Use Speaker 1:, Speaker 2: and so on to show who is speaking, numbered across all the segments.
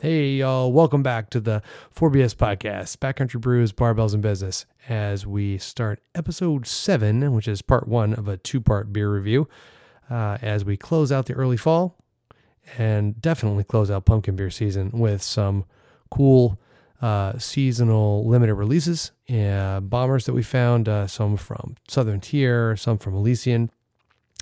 Speaker 1: Hey, y'all, welcome back to the 4BS podcast, Backcountry Brews, Barbells, and Business, as we start episode seven, which is part one of a two part beer review, uh, as we close out the early fall and definitely close out pumpkin beer season with some cool uh, seasonal limited releases, uh, bombers that we found, uh, some from Southern Tier, some from Elysian,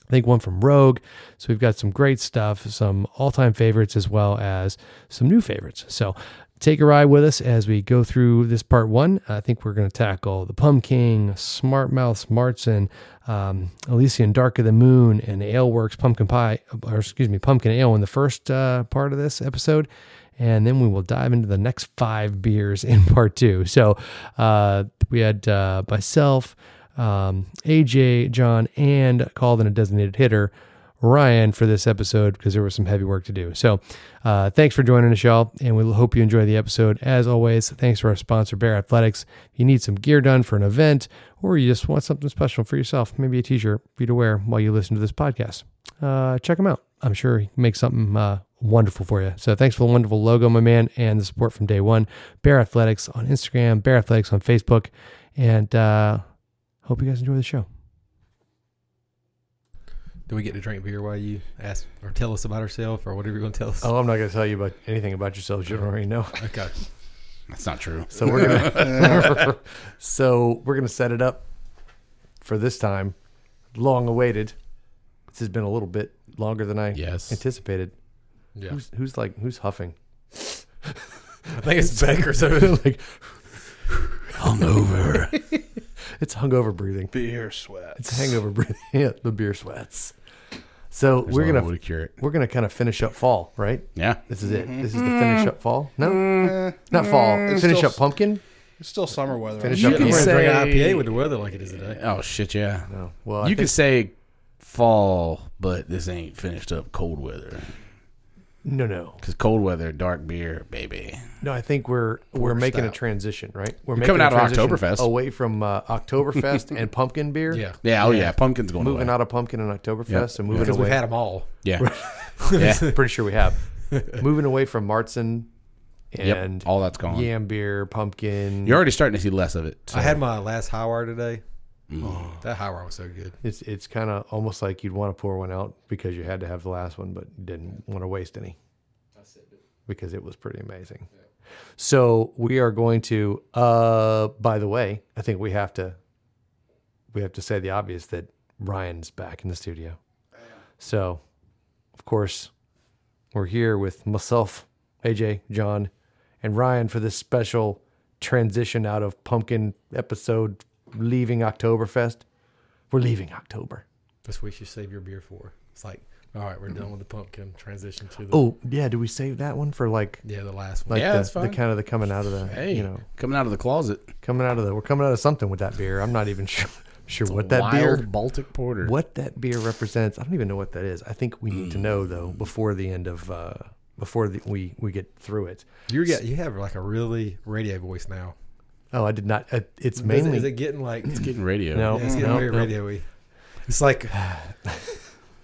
Speaker 1: I think one from Rogue. So we've got some great stuff, some all time favorites, as well as some new favorites. So take a ride with us as we go through this part one. I think we're going to tackle the Pumpkin, Smart Mouth, Smartson, um, Elysian Dark of the Moon, and Aleworks Pumpkin Pie, or excuse me, Pumpkin Ale in the first uh, part of this episode. And then we will dive into the next five beers in part two. So uh, we had uh, myself, um, AJ, John, and called in a designated hitter, Ryan, for this episode because there was some heavy work to do. So, uh, thanks for joining us, y'all, and we hope you enjoy the episode. As always, thanks for our sponsor, Bear Athletics. If you need some gear done for an event, or you just want something special for yourself, maybe a T-shirt for you to wear while you listen to this podcast, uh, check them out. I'm sure he can make something uh, wonderful for you. So thanks for the wonderful logo, my man, and the support from day one. Bear Athletics on Instagram, Bear Athletics on Facebook, and uh, hope you guys enjoy the show.
Speaker 2: Do we get to drink beer while you ask or tell us about ourselves or whatever you're going to tell us?
Speaker 1: Oh, I'm not going to tell you about anything about yourselves. You don't already know.
Speaker 2: Okay.
Speaker 3: That's not true.
Speaker 1: So we're gonna so we're gonna set it up for this time. Long awaited. This has been a little bit longer than I
Speaker 3: Yes.
Speaker 1: anticipated.
Speaker 2: Yeah.
Speaker 1: Who's, who's like who's huffing?
Speaker 2: I think it's Baker. So
Speaker 1: like
Speaker 3: Hungover.
Speaker 1: it's hungover breathing.
Speaker 4: Beer sweat.
Speaker 1: It's hangover breathing. yeah, the beer sweats. So we're gonna
Speaker 3: to cure it.
Speaker 1: we're gonna kind of finish up fall, right?
Speaker 3: Yeah.
Speaker 1: This is it. This is the finish up fall. No, not fall. finish
Speaker 4: still
Speaker 1: up pumpkin.
Speaker 4: Eh, It's still summer weather.
Speaker 1: Finish
Speaker 4: out
Speaker 1: up
Speaker 4: there.
Speaker 1: You
Speaker 2: we're going to drink an
Speaker 1: say-
Speaker 2: IPA with the weather like it is today.
Speaker 3: Oh shit, yeah.
Speaker 1: No. Well, I
Speaker 3: you
Speaker 1: think-
Speaker 3: could say fall, but this ain't finished up cold weather.
Speaker 1: no, no,
Speaker 3: Because cold weather, dark beer, baby.
Speaker 1: no. I think we're we're making a
Speaker 3: stout.
Speaker 1: transition, right? We're
Speaker 3: coming
Speaker 1: a
Speaker 3: out of
Speaker 1: transition
Speaker 3: Oktoberfest.
Speaker 1: away from uh, Oktoberfest and pumpkin beer.
Speaker 2: Yeah.
Speaker 3: Yeah. Oh yeah. Pumpkin's going
Speaker 1: moving
Speaker 3: away.
Speaker 1: out of pumpkin and Oktoberfest
Speaker 3: Yep.
Speaker 1: and moving
Speaker 2: Because
Speaker 1: away.
Speaker 2: we've had them all.
Speaker 3: Yeah. yeah.
Speaker 1: Pretty sure we have moving away from Martzen and
Speaker 3: Yep. All that's gone.
Speaker 1: yam beer, pumpkin.
Speaker 3: You're already starting to see less of it. so- Mm.
Speaker 2: I had my last high wire today. Oh, that high wire was so good.
Speaker 1: It's it's kind of almost like you'd want to pour one out because you had to have the last one, but you didn't want to waste any. Because it was pretty amazing. So we are going to. Uh, by the way, I think we have to. We have to say the obvious that Ryan's back in the studio. So, of course, we're here with myself, AJ, John, and Ryan for this special transition out of pumpkin episode, leaving Oktoberfest we're leaving October.
Speaker 2: That's what you should save your beer for. It's like, all right, we're done with the pumpkin. Transition to the
Speaker 1: Oh yeah, do we save that one for like
Speaker 2: yeah, the last one.
Speaker 1: like
Speaker 3: Yeah,
Speaker 1: the,
Speaker 3: that's
Speaker 1: the
Speaker 3: fine.
Speaker 1: kind of the coming out of the
Speaker 3: Hey,
Speaker 1: you know
Speaker 3: coming out of the closet.
Speaker 1: coming out of the we're coming out of something with that beer. I'm not even sure sure what that
Speaker 3: Wild
Speaker 1: beer
Speaker 3: Baltic Porter.
Speaker 1: what that beer Mm. represents. I don't even know what that is. I think we need to know though before the end of uh, before the, we we get through it.
Speaker 2: You get you have like a really radio voice now.
Speaker 1: Oh, I did not. Uh, it's
Speaker 2: Is it,
Speaker 1: mainly
Speaker 2: is it getting like it's
Speaker 3: Getting radio.
Speaker 1: no,
Speaker 2: getting
Speaker 1: no,
Speaker 2: very
Speaker 1: no.
Speaker 2: radio-y. It's like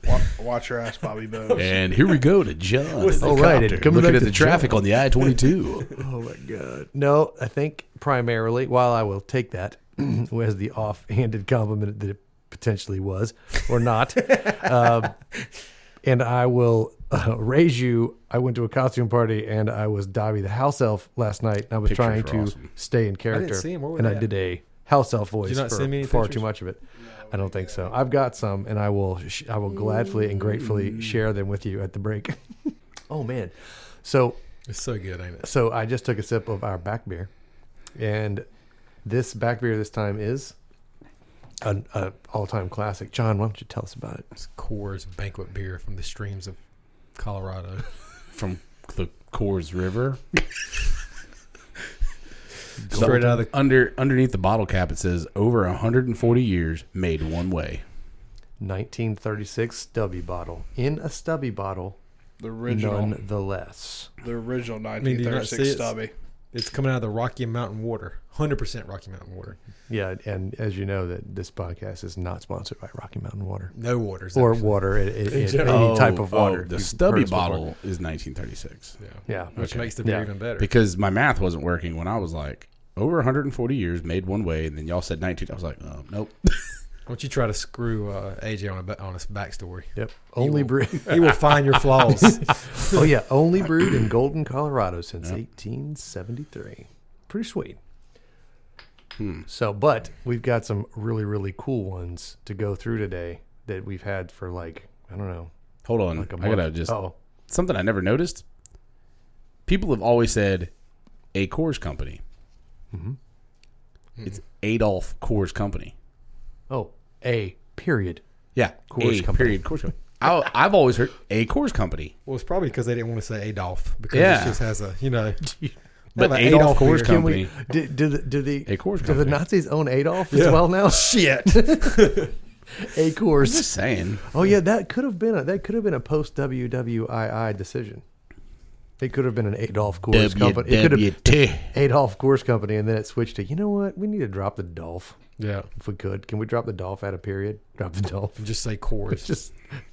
Speaker 4: Wa- Watch your ass, Bobby Bones.
Speaker 3: And here we go to John.
Speaker 2: What's
Speaker 3: in
Speaker 1: the- Oh, right, it
Speaker 3: helicopter,
Speaker 1: comes
Speaker 3: looking
Speaker 1: back
Speaker 3: at
Speaker 1: to
Speaker 3: the traffic on the I twenty two.
Speaker 1: Oh my god. No, I think primarily while I will take that as the offhanded compliment that it potentially was or not, um, and I will uh, raise you. I went to a costume party and I was Dobby the house elf last night. And I was
Speaker 3: Pictures
Speaker 1: trying
Speaker 3: were
Speaker 1: to
Speaker 3: awesome.
Speaker 1: stay in character,
Speaker 2: see 'em. Where were
Speaker 1: and
Speaker 2: they
Speaker 1: I
Speaker 2: at?
Speaker 1: did a house elf voice
Speaker 2: not
Speaker 1: for
Speaker 2: send me any
Speaker 1: far too
Speaker 2: pictures?
Speaker 1: much of it. I don't think so. I've got some, and I will sh- I will gladly and gratefully share them with you at the break. oh man, so
Speaker 2: it's so good, ain't it?
Speaker 1: so I just took a sip of our back beer, and this back beer this time is an a all-time classic. John, why don't you tell us about it?
Speaker 2: It's Coors banquet beer from the streams of Colorado.
Speaker 3: from the Coors River.
Speaker 2: Straight out of the
Speaker 3: Under underneath the bottle cap, it says over 140 years made one way.
Speaker 1: 1936 stubby bottle in a stubby bottle,
Speaker 4: The original,
Speaker 1: nonetheless.
Speaker 4: the original
Speaker 2: mean, do you not
Speaker 4: 1936
Speaker 2: see it?
Speaker 4: stubby.
Speaker 2: It's coming out of the Rocky Mountain water. 100% Rocky Mountain water.
Speaker 5: Yeah, and as you know, that this podcast is not sponsored by Rocky Mountain Water
Speaker 2: No waters.
Speaker 5: or
Speaker 2: actually.
Speaker 5: water, it, it,
Speaker 2: In
Speaker 5: it-
Speaker 2: general.
Speaker 5: any type of
Speaker 3: Oh,
Speaker 5: water.
Speaker 3: the
Speaker 5: You've
Speaker 3: stubby
Speaker 5: heard us before.
Speaker 3: bottle is 1936.
Speaker 2: Yeah.
Speaker 5: Yeah.
Speaker 2: Which
Speaker 3: Okay.
Speaker 2: makes the beer
Speaker 5: Yeah.
Speaker 2: even better.
Speaker 3: Because my math wasn't working when I was like over 140 years made one way, and then y'all said 19. I was like, oh, nope.
Speaker 2: Why don't you try to screw uh, AJ on, a, ba- on his backstory?
Speaker 5: Yep. Only brewed.
Speaker 2: He will find your flaws.
Speaker 5: oh yeah, only brewed in Golden, Colorado since 1873. Pretty sweet.
Speaker 3: Hmm.
Speaker 5: So, but we've got some really really cool ones to go through today that we've had for like I don't know,
Speaker 3: Hold on,
Speaker 5: like a
Speaker 3: I
Speaker 5: month.
Speaker 3: gotta just
Speaker 5: oh
Speaker 3: something I never noticed. People have always said a Coors Company.
Speaker 5: Mm-hmm.
Speaker 3: Mm-hmm. It's Adolf Coors Company.
Speaker 5: oh a period.
Speaker 3: Yeah,
Speaker 5: Coors
Speaker 3: a,
Speaker 5: Company.
Speaker 3: Period. Coors Company. I, I've always heard a Coors Company,
Speaker 2: well, it's probably because they didn't want to say Adolf because
Speaker 3: Yeah.
Speaker 2: it just has a, you know.
Speaker 3: but
Speaker 2: an
Speaker 3: Adolf,
Speaker 2: Adolf
Speaker 3: Coors
Speaker 2: beer.
Speaker 5: Can
Speaker 3: Company.
Speaker 5: we? Did, did the, do the
Speaker 3: A Coors
Speaker 5: do the
Speaker 3: Company.
Speaker 5: Nazis own Adolf as
Speaker 2: Yeah.
Speaker 5: well now?
Speaker 2: Shit.
Speaker 5: A Coors.
Speaker 3: Just saying.
Speaker 5: Oh yeah, that could have been a that could have been a post WWII decision. It could have been an Adolf Coors company. It could have
Speaker 3: WWT.
Speaker 5: Adolf Coors company, and then it switched to you know what? We need to drop the Dolph
Speaker 2: Yeah.
Speaker 5: if we could. Can we drop the Dolph at a period? Drop the Dolph.
Speaker 2: And just say Coors.
Speaker 5: Just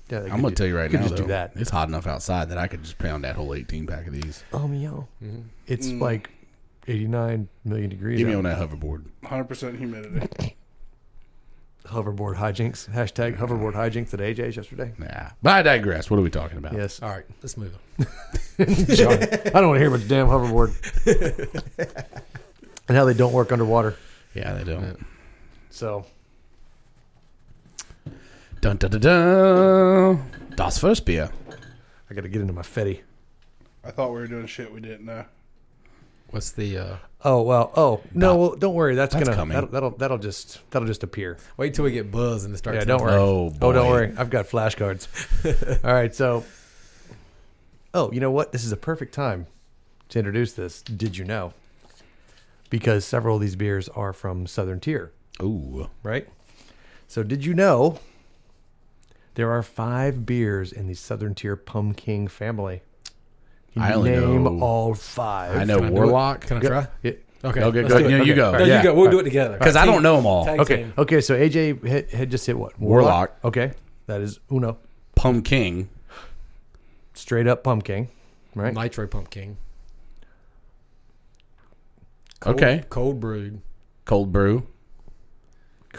Speaker 5: yeah,
Speaker 3: I'm gonna tell you right
Speaker 5: could
Speaker 3: now,
Speaker 5: just do
Speaker 3: though,
Speaker 5: that.
Speaker 3: it's hot enough outside that I could just pound that whole 18 pack of these.
Speaker 5: Oh meow. It's like 89 million degrees.
Speaker 3: Give me
Speaker 5: out.
Speaker 3: on that hoverboard.
Speaker 4: 100% humidity.
Speaker 5: hoverboard hijinks. Hashtag hoverboard hijinks at AJ's yesterday.
Speaker 3: Nah, but I digress. What are we talking about?
Speaker 5: Yes.
Speaker 2: All right, let's move on.
Speaker 5: Sorry. I don't want to hear about the damn hoverboard. and how they don't work underwater.
Speaker 3: Yeah, they don't.
Speaker 5: So
Speaker 3: Dun dun dun dun. Das first beer.
Speaker 5: I got to get into my fetty.
Speaker 4: I thought we were doing shit we didn't know.
Speaker 2: What's the. Uh,
Speaker 5: Oh well. Oh no.
Speaker 3: That-
Speaker 5: Well, don't worry. That's,
Speaker 3: that's
Speaker 5: gonna
Speaker 3: coming.
Speaker 5: that'll, that'll that'll just that'll just appear.
Speaker 2: wait till we get buzzed and it starts.
Speaker 5: Yeah, don't worry.
Speaker 3: Oh,
Speaker 5: Oh, don't
Speaker 3: boy.
Speaker 5: worry. I've got flashcards. All right, so. Oh, you know what? This is a perfect time to introduce this. Did you know? Because several of these beers are from Southern Tier,
Speaker 3: Ooh.
Speaker 5: right? So, did you know there are five beers in the Southern Tier Pumpkin family? Can
Speaker 3: I
Speaker 5: you
Speaker 3: only
Speaker 5: name
Speaker 3: know-
Speaker 5: all five.
Speaker 3: I know
Speaker 2: Can I do
Speaker 3: Warlock.
Speaker 2: it? Can I
Speaker 5: Go-
Speaker 2: try?
Speaker 5: Yeah.
Speaker 2: Okay.
Speaker 3: Okay,
Speaker 2: let's
Speaker 3: go-
Speaker 2: do it.
Speaker 3: no, you go.
Speaker 2: No,
Speaker 3: Yeah.
Speaker 2: you go. We'll do it together.
Speaker 3: Because I don't know them all.
Speaker 2: Tag
Speaker 5: Okay.
Speaker 2: team.
Speaker 5: Okay. So AJ had, had just hit what?
Speaker 3: Warlock.
Speaker 5: Okay. That is uno.
Speaker 3: Pumpkin.
Speaker 5: Straight up pumpkin, right?
Speaker 2: Nitro Pumpkin.
Speaker 3: Okay.
Speaker 2: Cold brewed.
Speaker 3: Cold brew.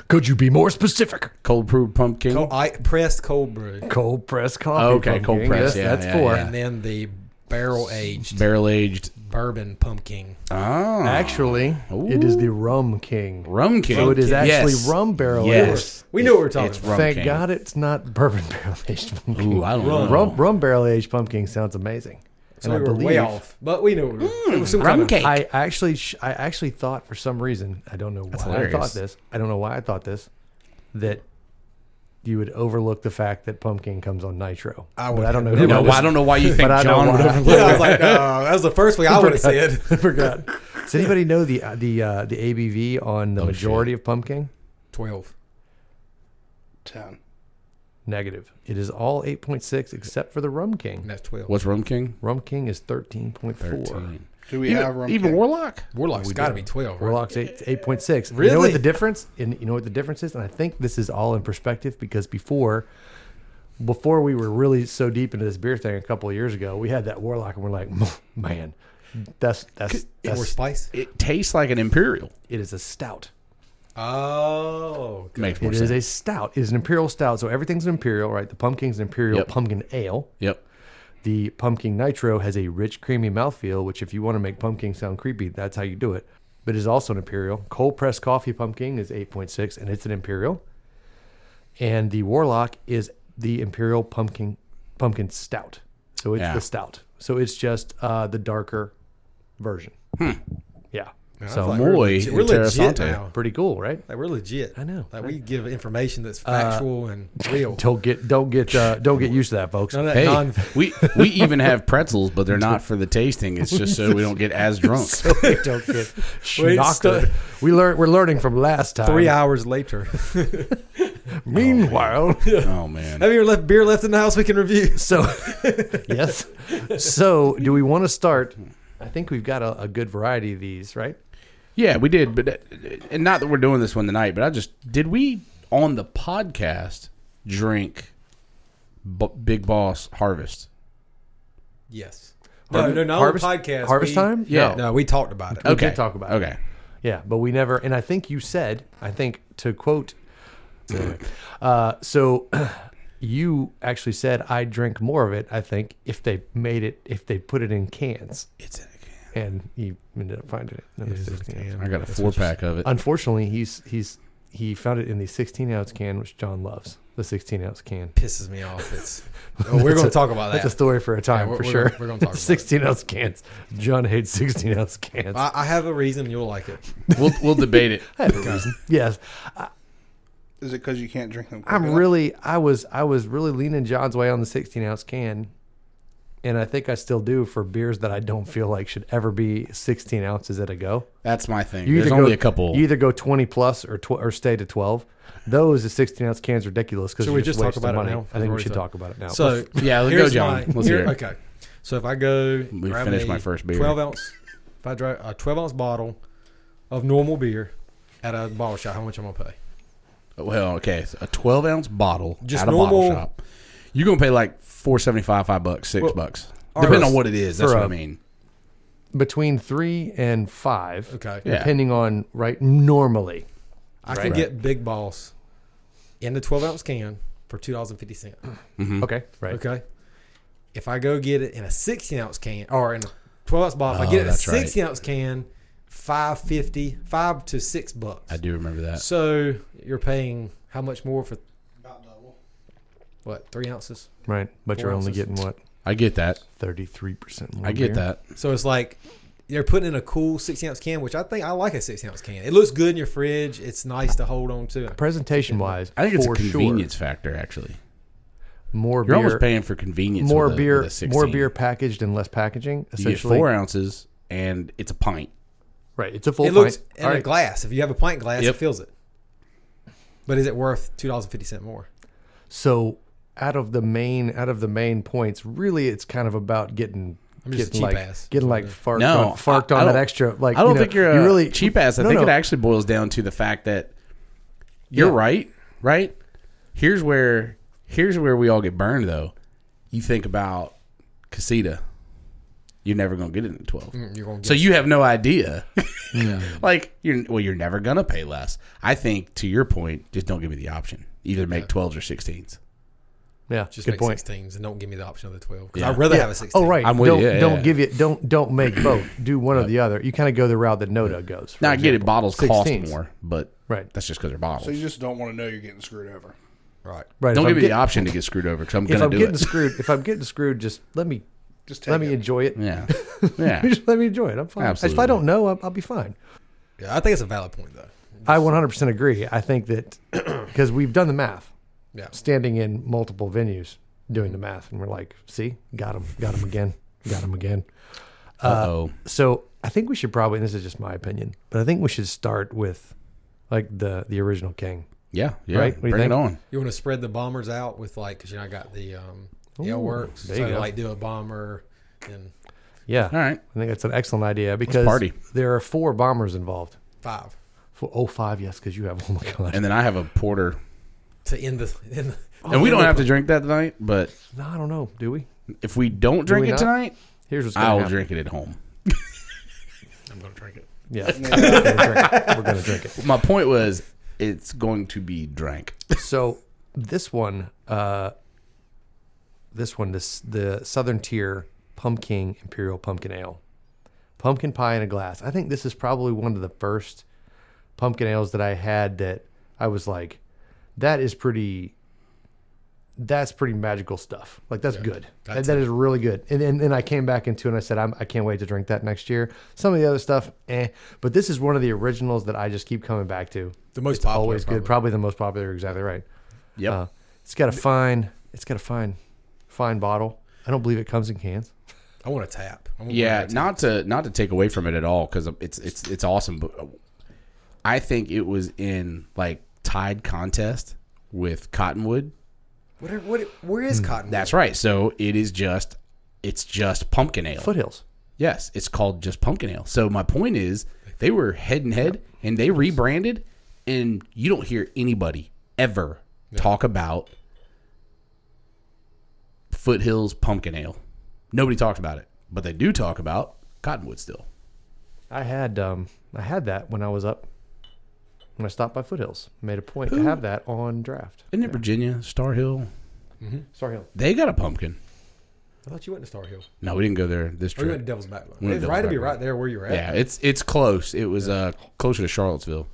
Speaker 5: Could you be more specific?
Speaker 3: Cold brewed pumpkin.
Speaker 2: Cold, I pressed cold brew.
Speaker 5: Cold press coffee.
Speaker 3: Okay, cold
Speaker 5: pumpkin. Yes,
Speaker 3: press, yeah,
Speaker 5: that's
Speaker 3: yeah,
Speaker 5: four.
Speaker 3: yeah.
Speaker 2: And then the barrel aged
Speaker 3: Barrel aged.
Speaker 2: bourbon pumpkin.
Speaker 3: Oh.
Speaker 5: Actually, it is the Rum King.
Speaker 3: rum king.
Speaker 5: So it is actually
Speaker 3: Yes.
Speaker 5: rum barrel
Speaker 3: Yes.
Speaker 2: We knew what we were talking
Speaker 3: It's
Speaker 2: about.
Speaker 3: rum
Speaker 5: Thank
Speaker 3: king.
Speaker 5: God it's not bourbon barrel aged pumpkin.
Speaker 3: Ooh, I don't know.
Speaker 5: Rum, rum barrel aged pumpkin sounds amazing.
Speaker 2: So we were way off. But we knew we were. it was some kind
Speaker 3: Rum
Speaker 2: of-
Speaker 3: cake.
Speaker 5: I actually, sh- I actually thought for some reason, I don't know why I
Speaker 3: hilarious.
Speaker 5: thought this. I don't know why I thought this, that you would overlook the fact that pumpkin comes on nitro.
Speaker 2: I
Speaker 5: But
Speaker 2: would-
Speaker 5: I don't know.
Speaker 3: you
Speaker 5: who
Speaker 3: know,
Speaker 5: was-
Speaker 3: I don't know why you think
Speaker 5: But I know
Speaker 3: John would
Speaker 5: why.
Speaker 3: have.
Speaker 2: Yeah, I was like, no, that was the first way I would have said.
Speaker 5: I forgot. Does anybody know the uh, the uh, the ABV on the
Speaker 3: Oh,
Speaker 5: majority of pumpkin?
Speaker 2: 12.
Speaker 4: 10.
Speaker 5: Negative. It is all 8.6 except for the Rum
Speaker 2: And
Speaker 5: King.
Speaker 2: that's 12.
Speaker 3: What's rum king?
Speaker 5: Rum King is 13.4.
Speaker 4: Do we have
Speaker 3: Even,
Speaker 4: rum?
Speaker 3: even
Speaker 4: cake?
Speaker 3: warlock.
Speaker 2: Warlock's got to be 12, right?
Speaker 5: Warlock's eight, 8.6. You know
Speaker 2: Really?
Speaker 5: what the difference? And you know what the difference is? And I think this is all in perspective because before before we were really so deep into this beer thing a couple of years ago, we had that Warlock and we're like, man, that's that's,
Speaker 2: More
Speaker 5: that's
Speaker 2: spice?
Speaker 3: It tastes like an imperial.
Speaker 5: it is a stout.
Speaker 2: Oh. okay.
Speaker 3: Makes more
Speaker 5: It is
Speaker 3: sense.
Speaker 5: a stout. It is an imperial stout. So everything's an imperial, right? The pumpkin's an imperial
Speaker 3: Yep.
Speaker 5: pumpkin ale.
Speaker 3: yep.
Speaker 5: The pumpkin nitro has a rich, creamy mouthfeel, which, if you want to make pumpkin sound creepy, that's how you do it. But it is also an imperial. Cold pressed coffee pumpkin is 8.6, and it's an imperial. And the warlock is the imperial pumpkin pumpkin stout. So it's
Speaker 3: Yeah.
Speaker 5: the stout. So it's just uh, the darker version.
Speaker 3: Hmm.
Speaker 5: Yeah.
Speaker 2: Man, I
Speaker 5: so
Speaker 2: was like,
Speaker 3: Moy
Speaker 2: legit- we're legit
Speaker 3: Interessante.
Speaker 2: now.
Speaker 5: pretty cool, right?
Speaker 2: Like, we're legit.
Speaker 5: I know.
Speaker 2: Like, we give information that's factual and real.
Speaker 5: Don't get don't get uh, don't get used to that, folks.
Speaker 2: None of that
Speaker 3: Hey,
Speaker 2: non.
Speaker 3: we we even have pretzels, but they're not for the tasting. It's just so we don't get as drunk.
Speaker 5: don't get schnockered.
Speaker 2: stu-
Speaker 5: We learn we're learning from last time.
Speaker 2: Three hours later.
Speaker 5: Meanwhile,
Speaker 3: oh man,
Speaker 2: Have you ever left beer left in the house we can review?
Speaker 5: so yes. So do we want to start I think we've got a, a good variety of these, right?
Speaker 3: Yeah, we did, but uh, and not that we're doing this one tonight, but I just did we on the podcast drink B- Big Boss Harvest.
Speaker 2: Yes.
Speaker 5: Har-
Speaker 2: No, no, not
Speaker 5: harvest,
Speaker 2: on the podcast.
Speaker 5: Harvest
Speaker 2: we-
Speaker 5: time?
Speaker 3: Yeah.
Speaker 2: No, we talked about it.
Speaker 5: We did talk about it.
Speaker 3: okay.
Speaker 5: Yeah, but we never. And I think you said, I think to quote, uh, so you actually said, I drink more of it. I think if they made it, if they put it in cans,
Speaker 3: It's in a can.
Speaker 5: and you ended up finding it. in the 16 ounce.
Speaker 3: I got a four pack of it.
Speaker 5: Unfortunately, he's he's he found it in the 16 ounce can, which John loves. The 16 ounce can.
Speaker 2: Pisses me off. It's. Oh, we're going to
Speaker 5: a-
Speaker 2: talk about that.
Speaker 5: That's a story for a time
Speaker 2: Yeah, we're-
Speaker 5: for
Speaker 2: we're
Speaker 5: sure.
Speaker 2: gonna- we're gonna talk about it.
Speaker 5: 16 ounce cans. John hates 16 ounce cans.
Speaker 2: I, I have a reason you'll like it.
Speaker 3: We'll we'll debate it.
Speaker 5: yes.
Speaker 4: Is it because you can't drink them? quick
Speaker 5: I'm
Speaker 4: enough?
Speaker 5: really I was I was really leaning John's way on the 16 ounce can, and I think I still do for beers that I don't feel like should ever be 16 ounces at a go.
Speaker 3: That's my thing.
Speaker 5: You
Speaker 3: There's
Speaker 5: either
Speaker 3: only
Speaker 5: go,
Speaker 3: a couple.
Speaker 5: You either go 20 plus or tw- or stay to 12. Those the 16 ounce cans are ridiculous because
Speaker 2: Should
Speaker 5: we
Speaker 2: we just
Speaker 5: just
Speaker 2: talk
Speaker 5: wasting
Speaker 2: about it
Speaker 5: money.
Speaker 2: now?
Speaker 5: I think we
Speaker 2: Already
Speaker 5: should
Speaker 2: done.
Speaker 5: talk about it now.
Speaker 2: So
Speaker 3: yeah, let's go,
Speaker 2: here's
Speaker 3: John.
Speaker 2: my-
Speaker 3: Let's hear it.
Speaker 2: Okay, so if I go,
Speaker 3: me
Speaker 2: grab
Speaker 3: finish
Speaker 2: a
Speaker 3: my first beer.
Speaker 2: Twelve ounce. If I drive a twelve ounce bottle of normal beer at a bottle shop, how much am I gonna pay?
Speaker 3: Well, okay, so a twelve ounce bottle
Speaker 2: Just
Speaker 3: at a bottle
Speaker 2: normal-
Speaker 3: shop. You're gonna pay like four seventy five, five bucks, six
Speaker 2: Well,
Speaker 3: bucks,
Speaker 2: all
Speaker 3: depending
Speaker 2: right.
Speaker 3: on what it is. That's
Speaker 5: For
Speaker 3: what I
Speaker 5: a-
Speaker 3: mean.
Speaker 5: between three and five,
Speaker 2: Okay,
Speaker 3: Yeah.
Speaker 5: depending on right normally.
Speaker 2: I can get Big Boss in the twelve ounce can for two dollars and fifty cents.
Speaker 3: Mm-hmm.
Speaker 5: Okay, right.
Speaker 2: Okay, if I go get it in a sixteen ounce can or in a twelve ounce bottle, if I
Speaker 3: Oh,
Speaker 2: get it in a
Speaker 3: that's right.
Speaker 2: sixteen ounce can, five fifty, five to six bucks.
Speaker 3: I do remember that.
Speaker 2: So you're paying how much more for
Speaker 4: About double.
Speaker 2: what three ounces?
Speaker 5: Right, but you
Speaker 2: Four
Speaker 5: you're only
Speaker 2: ounces.
Speaker 5: getting what
Speaker 3: I get that.
Speaker 5: 33 percent.
Speaker 3: I get that.
Speaker 2: So it's like they're putting in a cool six ounce can, which I think I like a six ounce can. It looks good in your fridge. It's nice to hold on to.
Speaker 5: Presentation wise,
Speaker 3: I think it's a
Speaker 5: for
Speaker 3: convenience factor. Actually,
Speaker 5: Sure, more
Speaker 3: you're
Speaker 5: beer,
Speaker 3: almost paying for convenience.
Speaker 5: more
Speaker 3: with a-
Speaker 5: beer,
Speaker 3: with a 16.
Speaker 5: more beer packaged and less packaging.
Speaker 3: You get
Speaker 5: Essentially,
Speaker 3: four ounces, and it's a pint.
Speaker 5: right? It's a full
Speaker 2: It looks
Speaker 5: pint.
Speaker 2: in
Speaker 5: All
Speaker 2: a
Speaker 5: right.
Speaker 2: glass. If you have a pint glass,
Speaker 3: Yep.
Speaker 2: it fills it. But is it worth two dollars and fifty cent more?
Speaker 5: So out of the main, out of the main points, really, it's kind of about getting.
Speaker 2: I'm just a
Speaker 5: getting
Speaker 2: cheap
Speaker 5: like,
Speaker 2: ass.
Speaker 5: Getting like farked
Speaker 3: No,
Speaker 5: on, farked
Speaker 3: I- I
Speaker 5: on that
Speaker 3: don't-
Speaker 5: extra. Like
Speaker 3: I don't
Speaker 5: you know,
Speaker 3: think you're a
Speaker 5: you really
Speaker 3: cheap ass. I
Speaker 5: no,
Speaker 3: think
Speaker 5: no.
Speaker 3: it actually boils down to the fact that you're
Speaker 5: Yeah.
Speaker 3: right. Right. Here's where here's where we all get burned though. You think about Casita. You're never gonna get it at twelve.
Speaker 5: Mm,
Speaker 2: You're going to
Speaker 3: So
Speaker 2: get
Speaker 3: you have no idea. like you're well, you're never gonna pay less. I think to your point, just don't give me the option. Either make twelves or sixteens.
Speaker 5: Yeah,
Speaker 2: just
Speaker 5: good
Speaker 2: make
Speaker 5: point.
Speaker 2: sixteens and don't give me the option of the twelve because I'd rather have a sixteen.
Speaker 5: Oh right,
Speaker 3: I'm with
Speaker 5: don't,
Speaker 3: you, yeah,
Speaker 5: don't
Speaker 3: yeah.
Speaker 5: give you don't don't make both. Do one or the other. You kind of go the route that Noda goes. for
Speaker 3: Now I get it.
Speaker 5: example.
Speaker 3: Bottles
Speaker 5: 16s.
Speaker 3: cost more, but
Speaker 5: Right,
Speaker 3: that's just because they're bottles.
Speaker 4: So you just don't want to know you're getting screwed over.
Speaker 2: right.
Speaker 5: right.
Speaker 3: don't
Speaker 5: if I'm
Speaker 3: give me
Speaker 5: get-
Speaker 3: the option to get screwed over because I'm
Speaker 5: If
Speaker 3: gonna
Speaker 5: I'm
Speaker 3: do
Speaker 5: getting
Speaker 3: it.
Speaker 5: screwed, if I'm getting screwed, just let me
Speaker 4: Just take
Speaker 5: let me
Speaker 4: it.
Speaker 5: enjoy it.
Speaker 3: yeah, yeah.
Speaker 5: Just let me enjoy it. I'm fine. If I
Speaker 3: Absolutely.
Speaker 5: don't know, I'll, I'll be fine.
Speaker 2: Yeah, I think it's a valid point though.
Speaker 5: I 100% agree. I think that because we've done the math,
Speaker 2: Yeah.
Speaker 5: standing in multiple venues doing the math, and we're like, see, got him, got him again, got him again.
Speaker 3: Uh oh.
Speaker 5: So I think we should probably, and this is just my opinion, but I think we should start with like the the original king.
Speaker 3: Yeah, yeah.
Speaker 5: Right? What do you
Speaker 3: Bring
Speaker 5: think?
Speaker 3: it on.
Speaker 2: You want to spread the bombers out with like because you know I got the um, the L
Speaker 5: Ooh,
Speaker 2: works.
Speaker 5: there
Speaker 2: so
Speaker 5: you go.
Speaker 2: like do a bomber and
Speaker 5: Yeah,
Speaker 3: All right.
Speaker 5: I think that's an excellent idea because
Speaker 3: party.
Speaker 5: there are four bombers involved.
Speaker 2: five
Speaker 5: For, oh five, yes, because you have. Oh my god,
Speaker 3: And then I have a porter.
Speaker 2: to end the end the.
Speaker 3: and Oh, we don't have to drink that tonight, but
Speaker 5: no, I don't know. Do we?
Speaker 3: if we don't drink
Speaker 5: we
Speaker 3: it
Speaker 5: not?
Speaker 3: tonight,
Speaker 5: Here's what's going
Speaker 3: I'll
Speaker 5: to happen.
Speaker 3: drink it at home.
Speaker 2: I'm gonna drink it.
Speaker 5: Yeah, we're gonna drink it. We're gonna drink it.
Speaker 3: My point was it's going to be drank.
Speaker 5: So this one, uh, this one, this the Southern Tier Pumpkin Imperial Pumpkin Ale, pumpkin pie in a glass. I think this is probably one of the first pumpkin ales that I had that I was like, that is pretty. That's pretty magical stuff. Like that's good. That- that is really good. And and, and I came back into it and I said I'm, I can't wait to drink that next year. Some of the other stuff, eh. But this is one of the originals that I just keep coming back to
Speaker 2: The most popular,
Speaker 5: always good.
Speaker 2: probably.
Speaker 5: Probably the most popular. Exactly right.
Speaker 3: Yep.
Speaker 5: Uh, it's got a fine. It's got a fine, fine bottle. I don't believe it comes in cans.
Speaker 2: I want a tap. I want
Speaker 3: yeah,
Speaker 2: one
Speaker 3: not to not to take away from it at all cuz it's it's it's awesome, but I think it was in like tied contest with Cottonwood.
Speaker 2: What,
Speaker 3: Hmm,
Speaker 2: are- what, are- where is cotton?
Speaker 3: That's right. So it is just it's just pumpkin ale.
Speaker 5: Foothills.
Speaker 3: Yes, it's called just pumpkin ale. So my point is, they were head and head, and they rebranded, and you don't hear anybody ever talk about Foothills Pumpkin Ale. Nobody talks about it, but they do talk about Cottonwood still.
Speaker 5: I had um, I had that when I was up. When I stopped by Foothills, made a point to have that on draft.
Speaker 3: Isn't it Virginia Star Hill?
Speaker 5: Sorry, Hill.
Speaker 3: They got a pumpkin.
Speaker 2: I thought you went to Star Hill.
Speaker 3: No, we didn't go there this
Speaker 2: Or Oh, you went to
Speaker 3: trip.
Speaker 2: Devil's Backbone.
Speaker 3: We went to
Speaker 2: It's
Speaker 3: Devil's
Speaker 2: right to be
Speaker 3: Backbone.
Speaker 2: right there where you're at.
Speaker 3: Yeah, it's it's close. It was uh closer to Charlottesville.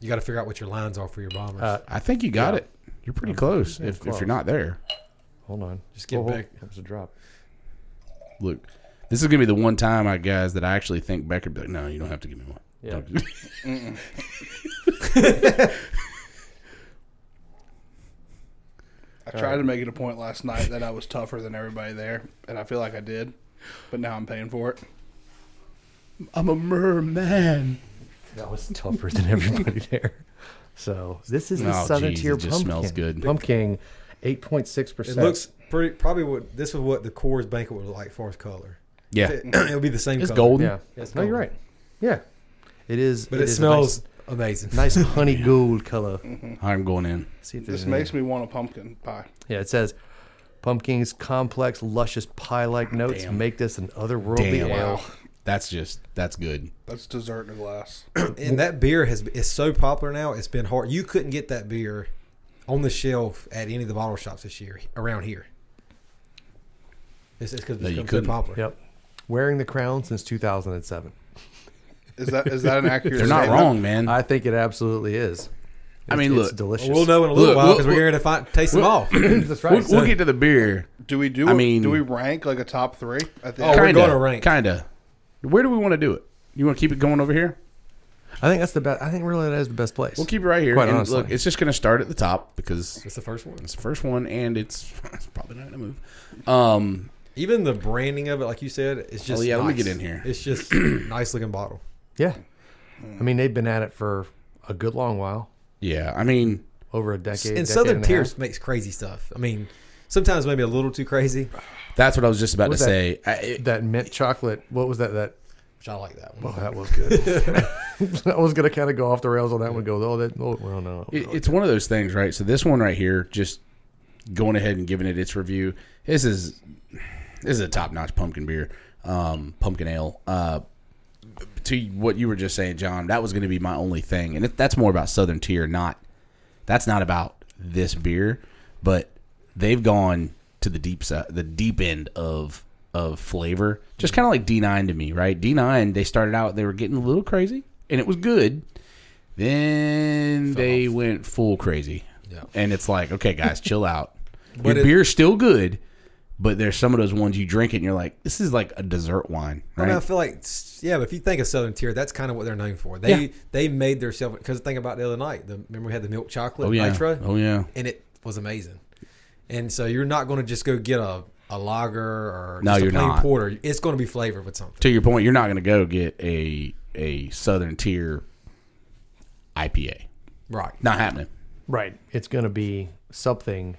Speaker 2: You got to figure out what your lines are for your bombers.
Speaker 5: Uh,
Speaker 3: I think you got it. You're pretty close if, if
Speaker 5: close.
Speaker 3: you're not there.
Speaker 5: Hold on.
Speaker 2: Just get
Speaker 5: Whoa, whoa,
Speaker 2: back.
Speaker 5: That was a drop.
Speaker 3: Look, this is gonna be the one time I guys that I actually think Becker be like, no, you don't have to give me one.
Speaker 5: Yeah.
Speaker 3: Don't-
Speaker 4: I tried to make it a point last night that I was tougher than everybody there, and I feel like I did, but now I'm paying for it.
Speaker 3: I'm a merman.
Speaker 5: That was tougher than everybody there. So this is the
Speaker 3: Oh,
Speaker 5: southern
Speaker 3: geez,
Speaker 5: tier
Speaker 3: it just
Speaker 5: pumpkin.
Speaker 3: smells good.
Speaker 5: Pumpkin, eight point six
Speaker 2: it
Speaker 5: percent.
Speaker 2: looks pretty. Probably what this is what the Coors banquet would look like for its color.
Speaker 3: Yeah,
Speaker 2: It, will be the same.
Speaker 3: it's
Speaker 2: color.
Speaker 3: golden.
Speaker 5: Yeah.
Speaker 2: It's
Speaker 5: no, you're
Speaker 2: golden.
Speaker 5: right. Yeah. It is.
Speaker 2: but it,
Speaker 5: is a
Speaker 2: smells amazing.
Speaker 5: nice, nice honey gold color.
Speaker 3: I'm going in.
Speaker 5: See if
Speaker 4: This
Speaker 5: there's any-
Speaker 4: makes me want a pumpkin pie.
Speaker 5: Yeah, it says pumpkins complex, luscious pie-like notes
Speaker 3: Damn.
Speaker 5: make this an otherworldly
Speaker 3: Damn,
Speaker 5: ale.
Speaker 3: that's just that's good.
Speaker 4: That's dessert in a glass.
Speaker 2: And that beer has is so popular now. It's been hard. You couldn't get that beer on the shelf at any of the bottle shops this year around here. It's because
Speaker 3: No,
Speaker 2: it's
Speaker 3: you
Speaker 2: become so
Speaker 3: couldn't.
Speaker 2: popular.
Speaker 5: Yep. Wearing the crown since 2007.
Speaker 4: Is that is that an accurate?
Speaker 3: They're not
Speaker 4: statement?
Speaker 3: wrong, man.
Speaker 5: I think it absolutely is.
Speaker 3: I mean,
Speaker 5: It's-
Speaker 3: look,
Speaker 5: it's delicious.
Speaker 2: Well, we'll know in a little
Speaker 3: Look,
Speaker 2: while
Speaker 3: look,
Speaker 2: because we're going
Speaker 3: look.
Speaker 2: to find, taste them all.
Speaker 5: That's right.
Speaker 3: we'll,
Speaker 5: So-
Speaker 3: we'll get to the beer.
Speaker 4: Do we do?
Speaker 3: I
Speaker 4: I
Speaker 3: mean-
Speaker 4: mean, do we rank like a top three? At the
Speaker 2: Oh,
Speaker 4: end?
Speaker 2: we're
Speaker 3: Kinda,
Speaker 2: going to rank.
Speaker 3: Kinda. Where do we want to do it? You want to keep it going over here?
Speaker 5: I think that's the best. I think really that is the best place.
Speaker 3: We'll keep it right here.
Speaker 5: Quite
Speaker 3: and
Speaker 5: honestly.
Speaker 3: look, it's just going to start at the top because
Speaker 2: It's the first one.
Speaker 3: it's the first one, and it's, it's probably not going to move. Um,
Speaker 2: Even the branding of it, like you said, it's just.
Speaker 3: Oh, yeah, let me
Speaker 2: nice.
Speaker 3: get in here.
Speaker 2: It's just nice looking bottle.
Speaker 5: Yeah. I mean, they've been at it for a good long while,
Speaker 3: yeah, I mean,
Speaker 5: over a decade.
Speaker 2: and
Speaker 5: decade
Speaker 2: Southern
Speaker 5: and a half.
Speaker 2: Tierce makes crazy stuff. I mean, sometimes maybe a little too crazy,
Speaker 3: that's what I was just about
Speaker 5: What's
Speaker 3: to
Speaker 5: that?
Speaker 3: say. I, it-
Speaker 5: That mint chocolate. What was that? That
Speaker 2: which I like that
Speaker 5: oh,
Speaker 2: one.
Speaker 5: that was good. I was gonna kind of go off the rails on that one. Go oh that oh well no.
Speaker 3: It, it's one of those things, right? So this one right here, just going ahead and giving it its review. This is this is a top notch pumpkin beer, um, pumpkin ale. Uh, to what you were just saying, John, that was going to be my only thing, and it, that's more about Southern Tier, not that's not about this beer, but they've gone to the deep side, the deep end of of flavor, just kind of like D9 to me, right? D9, they started out, they were getting a little crazy, and it was good. Then they went full crazy,
Speaker 2: Yeah.
Speaker 3: and it's like, okay, guys, chill out.
Speaker 2: But
Speaker 3: Your
Speaker 2: it-
Speaker 3: beer's still good, but there's some of those ones you drink it and you're like, this is like a dessert wine,
Speaker 2: I mean, I
Speaker 3: right?
Speaker 2: feel like, yeah, but if you think of Southern Tier, that's kind of what they're known for. They they made their self because think about the other night. The, remember we had the milk chocolate
Speaker 3: Oh yeah,
Speaker 2: nitro,
Speaker 3: oh yeah.
Speaker 2: and it was amazing. And so you're not going to just go get a, a lager or
Speaker 3: No,
Speaker 2: just
Speaker 3: you're
Speaker 2: a plain
Speaker 3: not.
Speaker 2: porter. It's going to be flavored with something.
Speaker 3: To your point, you're not going to go get a a Southern Tier IPA.
Speaker 2: Right.
Speaker 3: Not happening.
Speaker 5: Right. It's gonna be something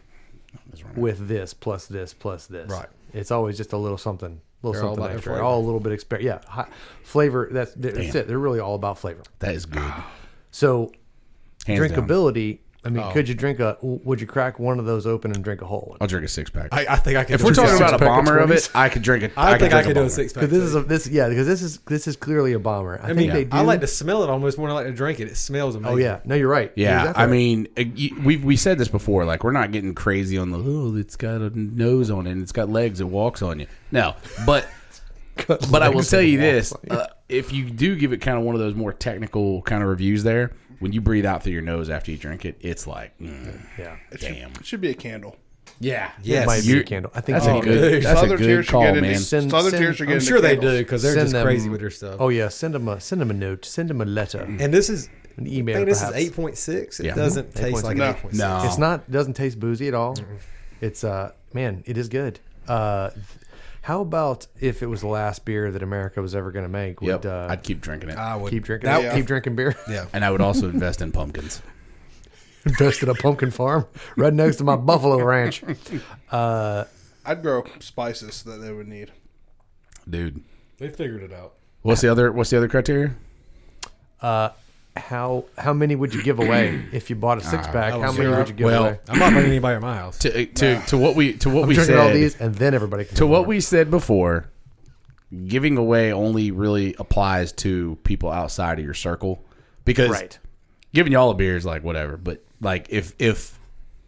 Speaker 3: That's right.
Speaker 5: with this plus this plus this.
Speaker 2: Right.
Speaker 5: It's always just a little something, little
Speaker 2: They're all
Speaker 5: something
Speaker 2: about their
Speaker 5: extra.
Speaker 2: flavor.
Speaker 5: All a little bit exper- Yeah, hot, flavor. That's that's
Speaker 3: Damn.
Speaker 5: it. They're really all about flavor.
Speaker 3: That is good.
Speaker 5: So
Speaker 3: Hands down.
Speaker 5: drinkability. I mean, could you drink a? Would you crack one of those open and drink a whole one?
Speaker 3: I'll drink a six pack.
Speaker 2: I, I think I could.
Speaker 3: if we're
Speaker 2: do
Speaker 3: talking
Speaker 2: that.
Speaker 3: about a
Speaker 5: six-pack of
Speaker 3: bomber of it,
Speaker 5: 20s?
Speaker 3: I could drink it.
Speaker 2: I, think I could do a
Speaker 3: bomber.
Speaker 2: six pack.
Speaker 5: Because this is a this yeah because this is this is clearly a bomber.
Speaker 2: I
Speaker 5: I, think
Speaker 2: mean,
Speaker 5: they do.
Speaker 2: I like to smell it almost more than I like to drink it. It smells amazing.
Speaker 5: Oh yeah, no, you're right. You're
Speaker 3: Yeah,
Speaker 5: exactly
Speaker 3: I
Speaker 5: right.
Speaker 3: mean, uh, y- we we said this before. Like, we're not getting crazy on the oh, it's got a nose on it, and it's got legs, it walks on you. No, but but I will
Speaker 5: legs
Speaker 3: tell
Speaker 5: and
Speaker 3: you
Speaker 5: walks
Speaker 3: this: uh, if you do give it kind of one of those more technical kind of reviews, there, when you breathe out through your nose after you drink it, it's like, mm,
Speaker 5: yeah,
Speaker 4: It should,
Speaker 3: Damn.
Speaker 4: it should be a candle.
Speaker 3: yeah,
Speaker 2: Yes.
Speaker 5: might be
Speaker 3: You're-
Speaker 5: a candle. I think
Speaker 3: That's
Speaker 5: they
Speaker 3: a
Speaker 5: do.
Speaker 3: good, that's a
Speaker 4: Southern Tier
Speaker 3: good
Speaker 4: should
Speaker 3: call,
Speaker 4: get into
Speaker 3: man.
Speaker 5: Send-
Speaker 4: Southern
Speaker 5: send-
Speaker 4: tier should get
Speaker 2: I'm
Speaker 4: into
Speaker 2: sure they do
Speaker 4: candles.
Speaker 2: because they're
Speaker 5: Send
Speaker 2: just
Speaker 5: them-
Speaker 2: crazy with their stuff.
Speaker 5: Oh yeah, send them a send them a note, send them a letter,
Speaker 2: and this is
Speaker 5: an
Speaker 2: I
Speaker 5: email.
Speaker 2: think this is
Speaker 5: perhaps.
Speaker 2: eight point six. It
Speaker 3: Yeah.
Speaker 2: doesn't taste
Speaker 5: 8.6.
Speaker 2: like
Speaker 4: No.
Speaker 2: an eight point six.
Speaker 3: No,
Speaker 5: It's not doesn't taste boozy at all. It's uh man, it is good. Uh, how about if it was the last beer that America was ever going to make? Would
Speaker 3: Yep,
Speaker 5: uh,
Speaker 3: I'd keep drinking it,
Speaker 2: I would
Speaker 5: keep drinking
Speaker 4: that-
Speaker 5: keep drinking beer?
Speaker 2: Yeah.
Speaker 3: and I would also invest in pumpkins.
Speaker 5: Invest in a pumpkin farm right next to my buffalo ranch.
Speaker 4: I'd grow spices that they would need.
Speaker 3: dude.
Speaker 2: They figured it out.
Speaker 3: What's the other? What's the other criteria?
Speaker 5: How how many would you give away if you bought a six pack?
Speaker 2: that
Speaker 5: how
Speaker 2: was
Speaker 5: many
Speaker 2: zero.
Speaker 5: would you give
Speaker 3: Uh, Well,
Speaker 5: away?
Speaker 2: I'm not bringing anybody at my house.
Speaker 3: To uh, to, to what we to what
Speaker 5: I'm
Speaker 3: we
Speaker 5: drinking
Speaker 3: said.
Speaker 5: all these, and then everybody can.
Speaker 3: to
Speaker 5: have
Speaker 3: what
Speaker 5: more.
Speaker 3: we said before, giving away only really applies to people outside of your circle because
Speaker 5: Right.
Speaker 3: giving y'all a beer is like whatever, but like if if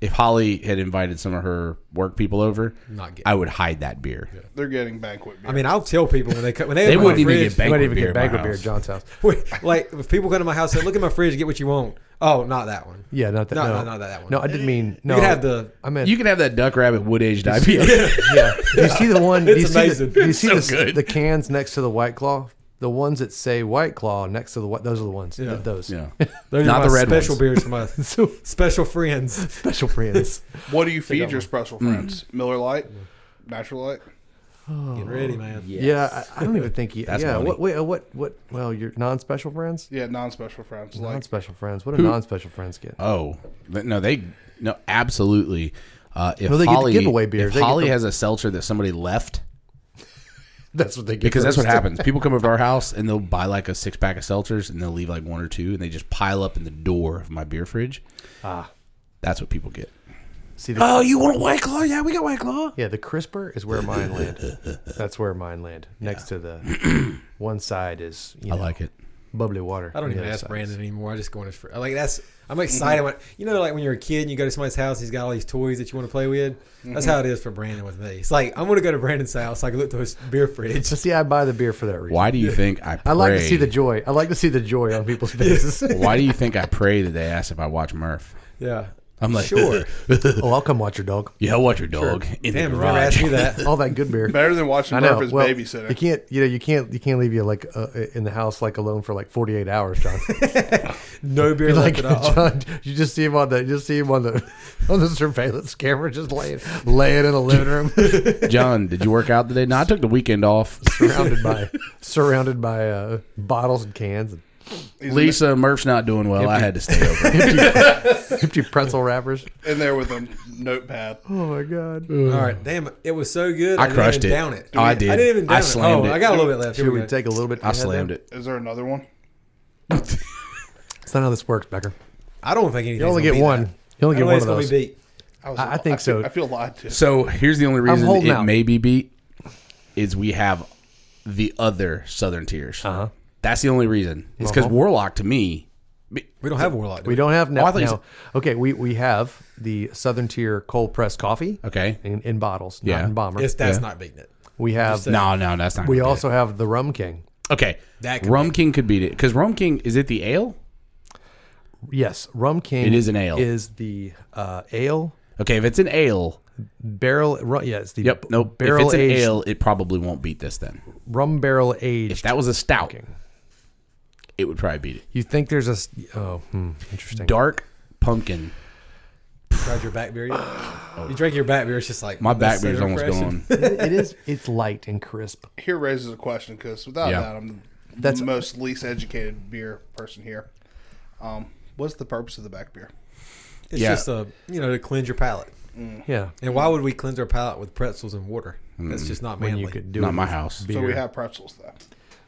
Speaker 3: if Holly had invited some of her work people over,
Speaker 2: Not getting
Speaker 3: I would hide that beer.
Speaker 4: They're getting banquet beer.
Speaker 2: I mean, I'll tell people when they come. When they,
Speaker 3: They
Speaker 2: open my
Speaker 3: wouldn't even
Speaker 2: fridge-
Speaker 3: get banquet
Speaker 5: you might even
Speaker 3: beer.
Speaker 5: get
Speaker 3: at my
Speaker 5: banquet beer at
Speaker 3: house.
Speaker 5: John's house.
Speaker 2: Wait, like if people come to my house and say, "Look at my fridge, get what you want." Oh, not that one.
Speaker 5: Yeah, not that.
Speaker 2: No,
Speaker 5: No,
Speaker 2: no, not that one.
Speaker 5: No, I didn't mean. No,
Speaker 2: could have the-
Speaker 5: I meant.
Speaker 3: You can have that duck rabbit wood aged IPA.
Speaker 5: yeah. Do you see the one? do you
Speaker 2: It's
Speaker 5: see
Speaker 2: amazing.
Speaker 5: The, do you see
Speaker 3: so
Speaker 5: the,
Speaker 3: good.
Speaker 5: the cans next to the White Claw? The ones that say White Claw next to the White. Those are the ones.
Speaker 2: Yeah.
Speaker 5: Th- those.
Speaker 3: yeah.
Speaker 2: Those are
Speaker 3: Not
Speaker 2: my
Speaker 3: the red
Speaker 2: special
Speaker 3: ones.
Speaker 2: beers for my
Speaker 5: So
Speaker 2: special friends.
Speaker 5: special friends.
Speaker 4: what do you feed your special friends? Miller Light, Natural Light.
Speaker 2: Get ready, man.
Speaker 5: Yeah, I, I don't even think you.
Speaker 3: That's
Speaker 5: yeah.
Speaker 3: money.
Speaker 5: What? Wait. uh, What? What? Well, your non-special friends.
Speaker 4: Yeah, non-special friends. Like
Speaker 5: Non-special friends. What do non-special friends get?
Speaker 3: Oh th- no, they no absolutely. Uh, if
Speaker 5: No, they get the
Speaker 3: Holly,
Speaker 5: giveaway beers.
Speaker 3: If
Speaker 5: They get
Speaker 3: Holly
Speaker 5: the-
Speaker 3: has a seltzer that somebody left,
Speaker 5: That's what they get.
Speaker 3: because that's what
Speaker 5: first.
Speaker 3: happens. People come over to our house and they'll buy like a six pack of seltzers and they'll leave like one or two and they just pile up in the door of my beer fridge.
Speaker 5: Ah.
Speaker 3: that's what people get.
Speaker 5: See, the,
Speaker 3: Oh, you want a white claw? Yeah, we got white claw.
Speaker 5: yeah, the crisper is where mine land. That's where mine land. Next to the one side is. You
Speaker 3: I
Speaker 5: know,
Speaker 3: like it.
Speaker 5: bubbly water.
Speaker 2: I don't
Speaker 5: on the
Speaker 2: even
Speaker 5: other
Speaker 2: ask
Speaker 5: side.
Speaker 2: Brandon anymore. I just go in his fridge. Like that's. I'm excited when you know, like when you're a kid and you go to somebody's house, he's got all these toys that you want to play with. That's how it is for Brandon with me. It's like I'm gonna go to Brandon's house. I can look through his beer fridge.
Speaker 5: So see, I buy the beer for that reason.
Speaker 3: Why do you think I? Pray,
Speaker 5: I like to see the joy. I like to see the joy on people's faces.
Speaker 3: Why do you think I pray that they ask if I watch Murph?
Speaker 2: Yeah,
Speaker 3: I'm like,
Speaker 2: sure.
Speaker 5: oh, I'll come watch your dog.
Speaker 3: Yeah, I'll watch your dog in
Speaker 2: Damn,
Speaker 3: the
Speaker 2: you never asked
Speaker 3: garage.
Speaker 2: me that.
Speaker 5: All that good beer.
Speaker 4: better than watching Murph as
Speaker 5: Well,
Speaker 4: babysitter.
Speaker 5: you can't. You know, you can't. You can't leave you like uh, in the house like alone for like forty eight hours, John.
Speaker 2: No beer
Speaker 5: like
Speaker 2: left at all.
Speaker 5: John, you just see him on the. You just see him on the on the surveillance camera, just laying laying in a living room,
Speaker 3: John, did you work out today? No, I took the weekend off.
Speaker 5: surrounded by surrounded by uh, bottles and cans and
Speaker 4: He's
Speaker 3: Lisa, Murph's not doing well. I had to stay over.
Speaker 5: empty pretzel wrappers.
Speaker 4: in there with a notepad.
Speaker 5: Oh my god!
Speaker 2: All right, damn, it was so good.
Speaker 3: I
Speaker 2: didn't
Speaker 3: crushed
Speaker 2: even
Speaker 3: it.
Speaker 2: Down it.
Speaker 3: Oh, I did.
Speaker 2: I didn't even. Down
Speaker 3: I slammed
Speaker 2: it. Oh,
Speaker 3: it.
Speaker 2: I got a little bit left. Here
Speaker 5: Should
Speaker 2: we
Speaker 5: we
Speaker 2: go.
Speaker 5: take a little bit?
Speaker 3: I slammed it.
Speaker 4: Is there another one?
Speaker 5: It's not how this works, Becker.
Speaker 2: I don't think anything.
Speaker 5: You only get one. You only
Speaker 2: I don't
Speaker 5: get one
Speaker 2: think
Speaker 5: of
Speaker 2: it's gonna be
Speaker 5: those.
Speaker 2: beat.
Speaker 4: I, was,
Speaker 5: I- I think so.
Speaker 4: Feel, I feel lied to.
Speaker 3: So here's the only reason
Speaker 5: holding
Speaker 3: it
Speaker 5: out.
Speaker 3: may be beat is we have the other Southern tiers. Uh-huh. That's the only reason. It's because Warlock to me. be-
Speaker 2: We don't have a warlock. do
Speaker 5: We don't have now.
Speaker 3: I thought you
Speaker 5: now- okay, we, we have the Southern Tier cold pressed coffee.
Speaker 3: Okay.
Speaker 5: In, in bottles,
Speaker 3: Yeah.
Speaker 5: not in bomber.
Speaker 2: we? It's, that's
Speaker 3: Yeah.
Speaker 2: not beating it.
Speaker 5: we have
Speaker 3: No, no, that's not.
Speaker 5: we
Speaker 3: gonna
Speaker 5: also have the Rum King.
Speaker 3: beat it. okay.
Speaker 2: That could
Speaker 3: Rum King could beat it because Rum King is it the ale?
Speaker 5: Yes, Rum King.
Speaker 3: It is an ale.
Speaker 5: Is the uh, ale
Speaker 3: Okay, if it's an ale,
Speaker 5: barrel? Ru, yeah, it's the
Speaker 3: yep,
Speaker 5: b-
Speaker 3: nope.
Speaker 5: Barrel
Speaker 3: if it's an
Speaker 5: aged,
Speaker 3: ale, it probably won't beat this. Then
Speaker 5: rum barrel
Speaker 3: if
Speaker 5: aged.
Speaker 3: that was a stout, it would probably beat it.
Speaker 5: You think there's a s- oh hmm, interesting
Speaker 3: Dark pumpkin.
Speaker 2: Tried your back beer yet? You drink your back beer, it's just like
Speaker 3: My
Speaker 2: that's
Speaker 3: back
Speaker 2: so
Speaker 3: beer's almost
Speaker 2: refreshing.
Speaker 3: gone.
Speaker 5: it is it's light and crisp.
Speaker 4: Here raises a question because without
Speaker 3: Yeah.
Speaker 4: that, I'm
Speaker 5: That's-
Speaker 4: the most least educated beer person here. Um, what's the purpose of the back beer?
Speaker 2: It's
Speaker 3: Yeah.
Speaker 2: just a you know to cleanse your palate.
Speaker 5: Yeah,
Speaker 2: And why would we cleanse our palate with pretzels and water? That's just not
Speaker 5: when
Speaker 2: manly.
Speaker 5: you could do
Speaker 3: Not
Speaker 5: it
Speaker 3: my
Speaker 5: with
Speaker 3: house.
Speaker 5: beer.
Speaker 4: So we have pretzels though.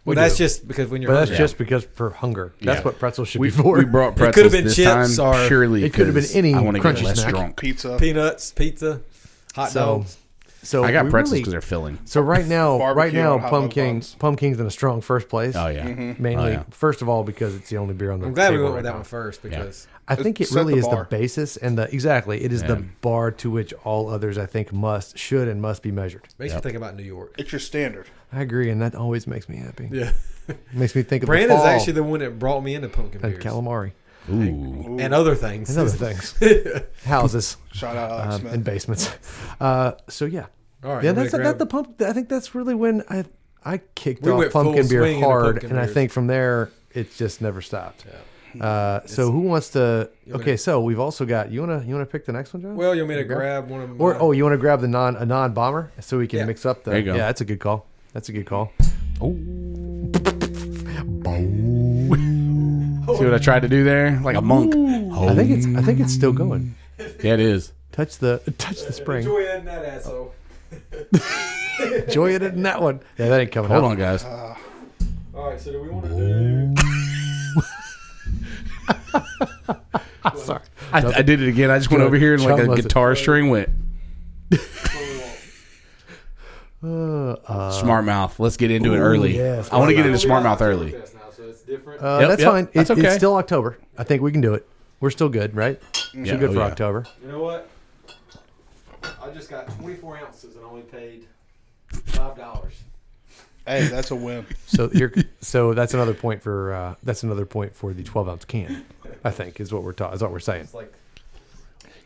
Speaker 2: well, that's just because when you're
Speaker 5: but that's
Speaker 2: hungry.
Speaker 5: just because for hunger. That's
Speaker 3: Yeah.
Speaker 5: what pretzels should
Speaker 3: We,
Speaker 5: be for.
Speaker 3: we brought
Speaker 2: It
Speaker 3: pretzels
Speaker 2: could've been
Speaker 3: this
Speaker 2: chips
Speaker 3: time
Speaker 2: or-
Speaker 3: purely
Speaker 5: It could've been
Speaker 3: 'cause
Speaker 5: any
Speaker 3: I want to get
Speaker 5: crunchy
Speaker 3: less
Speaker 5: snack.
Speaker 3: drunk.
Speaker 4: Pizza,
Speaker 2: peanuts, pizza, hot
Speaker 5: so
Speaker 2: dogs.
Speaker 5: so
Speaker 3: I got
Speaker 5: we
Speaker 3: pretzels
Speaker 5: really-
Speaker 3: because they're filling.
Speaker 5: So right now,
Speaker 4: Barbecue
Speaker 5: right now,
Speaker 4: and hot dog
Speaker 5: pumpkin
Speaker 4: buns.
Speaker 5: pumpkin's in a strong first place.
Speaker 3: Oh yeah,
Speaker 5: mainly
Speaker 3: Oh, yeah.
Speaker 5: first of all because it's the only beer on the.
Speaker 2: I'm glad we
Speaker 5: table
Speaker 2: went with that
Speaker 5: right now.
Speaker 2: one first because
Speaker 5: I think it
Speaker 4: set
Speaker 5: really
Speaker 4: the
Speaker 5: is the
Speaker 4: bar.
Speaker 5: basis and the exactly it is the bar to which all others I think must should and must be measured.
Speaker 2: makes you think about New York.
Speaker 4: it's your standard.
Speaker 5: I agree, and that always makes me happy.
Speaker 2: Yeah,
Speaker 5: Makes me think of
Speaker 2: Brandon's
Speaker 5: the fall
Speaker 2: actually the one that brought me into pumpkin
Speaker 5: and
Speaker 2: beers
Speaker 5: calamari
Speaker 3: Ooh.
Speaker 2: and other things.
Speaker 5: and other things, houses
Speaker 4: Shout out Alex
Speaker 5: um,
Speaker 4: Smith.
Speaker 5: and basements. Uh, so yeah,
Speaker 2: All right,
Speaker 5: yeah,
Speaker 2: you wanna
Speaker 5: that's
Speaker 2: grab
Speaker 5: that the pump. I think that's really when I I kicked
Speaker 2: We
Speaker 5: off
Speaker 2: went full
Speaker 5: pumpkin
Speaker 2: swing
Speaker 5: beer
Speaker 2: into
Speaker 5: hard,
Speaker 2: pumpkin
Speaker 5: and I
Speaker 2: beers.
Speaker 5: think from there it just never stopped. Uh, so who wants to? Okay, so we've also got you wanna you wanna pick the next one, John?
Speaker 2: Well, you want me to grab one of
Speaker 5: Or
Speaker 2: my-
Speaker 5: oh, you want to grab the non a non bomber so we can
Speaker 2: Yeah.
Speaker 5: mix up the.
Speaker 3: There you go.
Speaker 5: Yeah, that's a good call. That's a good call.
Speaker 3: See what I tried to do there? Like a monk.
Speaker 5: I think it's I think it's still going.
Speaker 3: yeah, it is.
Speaker 5: Touch the touch the spring.
Speaker 2: Enjoy that asshole.
Speaker 5: Enjoy it in that one. Yeah, that ain't coming
Speaker 3: Hold
Speaker 5: up.
Speaker 3: on, guys.
Speaker 2: All right, so do we want to do?
Speaker 5: Sorry.
Speaker 3: I, I did it again. I just went
Speaker 5: Chum-
Speaker 3: over here and like
Speaker 5: Chum
Speaker 3: a
Speaker 5: was-
Speaker 3: guitar string went.
Speaker 5: Uh, uh,
Speaker 3: Smart mouth. Let's get into it early.
Speaker 5: yeah,
Speaker 3: I want to get into smart mouth early.
Speaker 2: Now, so it's different.
Speaker 5: uh,
Speaker 3: Yep,
Speaker 5: that's
Speaker 3: yep,
Speaker 5: fine. It-
Speaker 3: that's okay.
Speaker 5: It's still October. I think we can do it. We're still good, right?
Speaker 3: Yeah,
Speaker 5: still good
Speaker 3: oh
Speaker 5: for
Speaker 3: yeah.
Speaker 5: October.
Speaker 2: you know what? I just got 24 ounces and only paid five dollars.
Speaker 4: Hey, that's a win.
Speaker 5: So you're, so that's another point for uh, that's another point for the 12 ounce can. I think is what we're ta- is what we're saying.
Speaker 2: It's like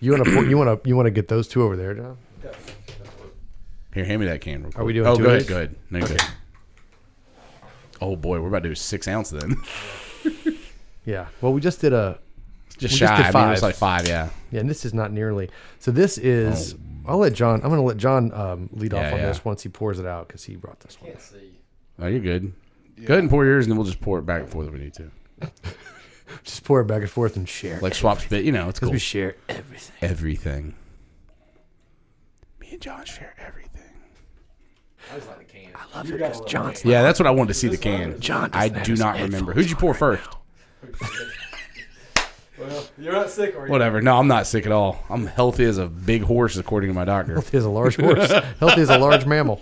Speaker 5: You want to you want to you want to get those two over there, John?
Speaker 3: Here, hand me that can. Real quick.
Speaker 5: Are we doing
Speaker 3: Oh,
Speaker 5: two
Speaker 3: go
Speaker 5: of
Speaker 3: ahead.
Speaker 5: these?
Speaker 3: Go ahead. No, you're good. Oh boy, we're about to do six ounce then.
Speaker 5: Yeah. Well, we just did a
Speaker 3: just
Speaker 5: We just
Speaker 3: shy.
Speaker 5: did
Speaker 3: I mean, it
Speaker 5: five.
Speaker 3: was like five. Yeah.
Speaker 5: yeah, and this is not nearly. So this is. I'll let John. I'm going to let John um, lead
Speaker 3: Oh. Yeah,
Speaker 5: off on
Speaker 3: yeah.
Speaker 5: this once he pours it out because he brought this one.
Speaker 2: can't see.
Speaker 3: Oh, you're good. Go ahead and pour yours, and then we'll just pour it back and forth if we need to.
Speaker 5: Just pour it back and forth and share.
Speaker 3: Like swap spit. You know, it's cool.
Speaker 5: we share everything.
Speaker 3: everything. Me and John share everything.
Speaker 2: I just like the can. I
Speaker 5: love it 'cause John's-
Speaker 3: Yeah, that's what I wanted to see the can.
Speaker 5: John
Speaker 3: I
Speaker 5: doesn't have
Speaker 3: do
Speaker 5: his
Speaker 3: not remember.
Speaker 5: headphones
Speaker 3: Who'd you
Speaker 5: on
Speaker 3: pour
Speaker 5: right
Speaker 3: first?
Speaker 2: Well, you're not sick, are you?
Speaker 3: Whatever. No, I'm not sick at all. I'm healthy as a big horse, according to my doctor.
Speaker 5: Healthy as a large horse. Healthy as a large mammal.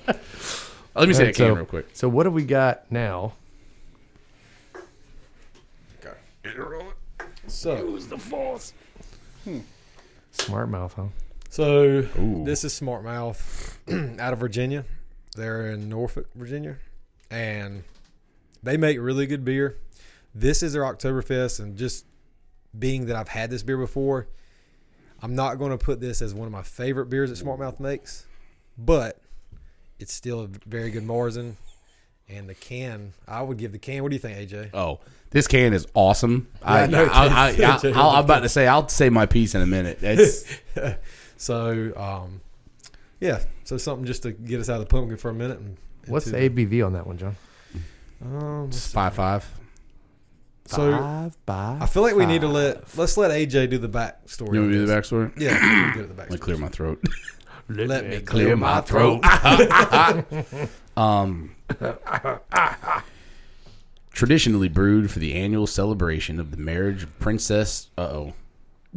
Speaker 3: Let me say that
Speaker 5: Alright,
Speaker 3: can
Speaker 5: so-
Speaker 3: real quick.
Speaker 5: So what have we got now?
Speaker 2: So,
Speaker 5: Smart mouth, huh?
Speaker 2: so
Speaker 3: Ooh.
Speaker 2: this is Smart Mouth out of Virginia. They're in Norfolk, Virginia, and they make really good beer. This is their Oktoberfest, and just being that I've had this beer before, I'm not going to put this as one of my favorite beers that Smart Mouth makes, but it's still a very good Marzen. And the can, I would give the can. What do you think, AJ?
Speaker 3: Oh, this can is awesome. I,
Speaker 2: know,
Speaker 3: I, I,
Speaker 2: it's-
Speaker 3: I, I, am about to say I'll say my piece in a minute. It's
Speaker 2: So, um, yeah, so something just to get us out of the pumpkin for a minute. And,
Speaker 5: What's the
Speaker 2: into
Speaker 5: ABV on that one, John?
Speaker 2: the- um,
Speaker 3: five five.
Speaker 2: so
Speaker 5: five by
Speaker 2: I feel like we need to let let's let AJ do the backstory. on
Speaker 3: You want me to do the
Speaker 2: this.
Speaker 3: backstory?
Speaker 2: Yeah, we'll do the
Speaker 3: Let me
Speaker 2: backstory.
Speaker 3: clear my throat.
Speaker 2: Let, me
Speaker 3: clear my throat. um, traditionally brewed for the annual celebration of the marriage of Princess. Uh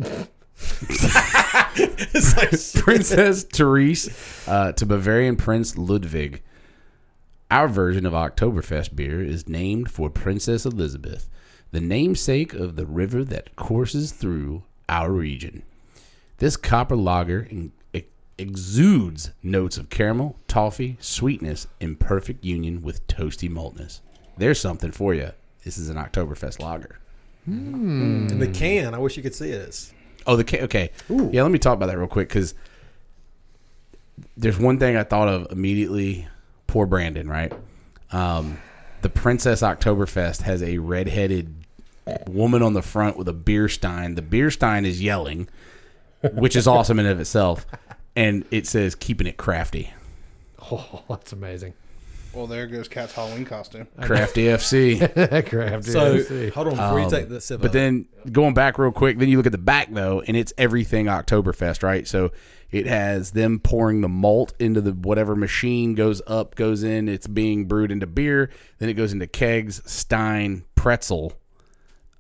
Speaker 3: oh. Princess Therese uh, to Bavarian Prince Ludwig. Our version of Oktoberfest beer is named for Princess Elizabeth, the namesake of the river that courses through our region. This copper lager en- ex- exudes notes of caramel, toffee, sweetness in perfect union with toasty maltness. There's something for you. This is an Oktoberfest lager.
Speaker 2: And
Speaker 3: Mm.
Speaker 2: the can, I wish you could see it. It's,
Speaker 3: Oh, the ca- okay. Yeah, let me talk about that real quick because there's one thing I thought of immediately. Poor Brandon, right? Um, the Princess Oktoberfest has a redheaded woman on the front with a beer stein. The beer stein is yelling, which is awesome in and of itself, and it says "keeping it crafty."
Speaker 5: Oh, that's amazing.
Speaker 4: Well, there goes Cat's Halloween costume.
Speaker 3: Crafty FC.
Speaker 5: Crap, dude.
Speaker 2: so
Speaker 5: Let's see.
Speaker 2: hold on before you take the sip.
Speaker 3: Um, But
Speaker 2: of it.
Speaker 3: then going back real quick, then you look at the back though, and it's everything Oktoberfest, right? So it has them pouring the malt into the whatever machine goes up, goes in. It's being brewed into beer, then it goes into kegs, Stein, pretzel,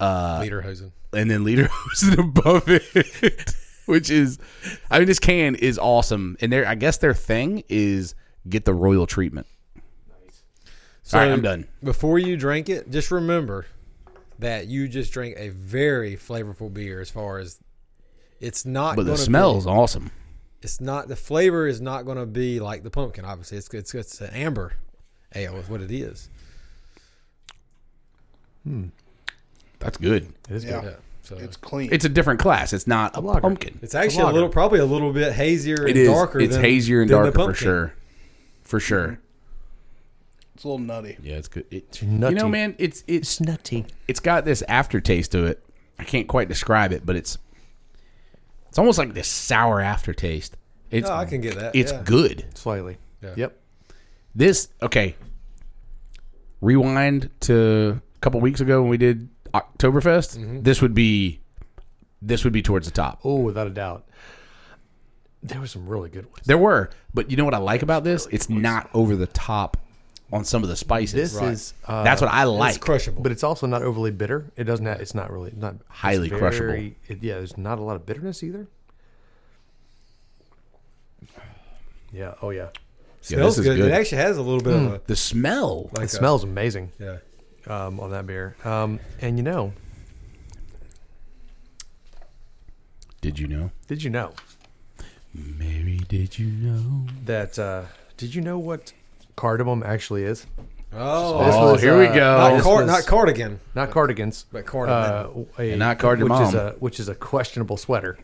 Speaker 2: Lederhosen.
Speaker 3: and then leader Lederhosen above it, which is, I mean, this can is awesome. And their, I guess their thing is get the royal treatment.
Speaker 2: So
Speaker 3: All right, I'm done.
Speaker 2: Before you drink it, just remember that you just drank a very flavorful beer. As far as it's not,
Speaker 3: But the
Speaker 2: gonna
Speaker 3: smell is
Speaker 2: Be,
Speaker 3: awesome.
Speaker 2: it's not the flavor is not going to be like the pumpkin. Obviously, it's it's it's an amber ale is what it is.
Speaker 3: That's good.
Speaker 5: It is
Speaker 4: Yeah,
Speaker 5: good.
Speaker 2: Yeah, so
Speaker 4: it's clean.
Speaker 3: It's a different class. It's not a,
Speaker 5: lager.
Speaker 3: pumpkin.
Speaker 2: It's
Speaker 5: a
Speaker 2: actually a,
Speaker 5: lager.
Speaker 2: little, probably a little bit hazier and
Speaker 3: It is.
Speaker 2: darker.
Speaker 3: It's
Speaker 2: than-
Speaker 3: hazier and
Speaker 2: than the
Speaker 3: darker for
Speaker 2: pumpkin.
Speaker 3: sure. For sure.
Speaker 4: It's a little nutty.
Speaker 3: Yeah, it's good. It,
Speaker 5: nutty.
Speaker 3: you know, man, it's it's
Speaker 5: nutty.
Speaker 3: it's got this aftertaste to it. I can't quite describe it, but it's it's almost like this sour aftertaste. It's
Speaker 2: No, Oh, I can get that.
Speaker 3: it's
Speaker 2: yeah.
Speaker 3: good.
Speaker 5: Slightly.
Speaker 2: Yeah.
Speaker 5: Yep.
Speaker 3: This okay. Rewind to a couple weeks ago when we did
Speaker 2: Mm-hmm. Oh.
Speaker 3: Oktoberfest. This would be this would be towards the top.
Speaker 5: Oh, without a doubt. There were some really good ones.
Speaker 3: There were, but you know what I like about this? It's not over the top on some of the spices.
Speaker 5: This is uh,
Speaker 3: That's what I
Speaker 2: It's
Speaker 3: like.
Speaker 2: crushable.
Speaker 5: but it's also not overly bitter. It doesn't. Have, it's not really not it's
Speaker 3: Highly crushable.
Speaker 5: it- yeah, there's not a lot of bitterness either. Yeah. Oh yeah.
Speaker 3: Yeah,
Speaker 2: smells
Speaker 3: this is
Speaker 2: good.
Speaker 3: good.
Speaker 2: It actually has a little bit
Speaker 5: Hmm.
Speaker 2: of a
Speaker 3: the smell.
Speaker 2: like
Speaker 5: It
Speaker 2: a-
Speaker 5: smells amazing
Speaker 2: Yeah.
Speaker 5: uh, um, on that beer. Um, and you know,
Speaker 3: Did you know?
Speaker 5: did you know
Speaker 3: Mary, did you know?
Speaker 5: that? Uh, did you know what cardamom actually is?
Speaker 2: Oh,
Speaker 5: This
Speaker 3: Oh,
Speaker 5: was,
Speaker 3: here we
Speaker 5: uh,
Speaker 3: go.
Speaker 2: not,
Speaker 5: this
Speaker 2: card,
Speaker 5: was-
Speaker 2: not cardigan.
Speaker 5: Not cardigans,
Speaker 2: But cardamom.
Speaker 5: Uh, a,
Speaker 3: And not cardamom.
Speaker 5: which is a which is a questionable sweater.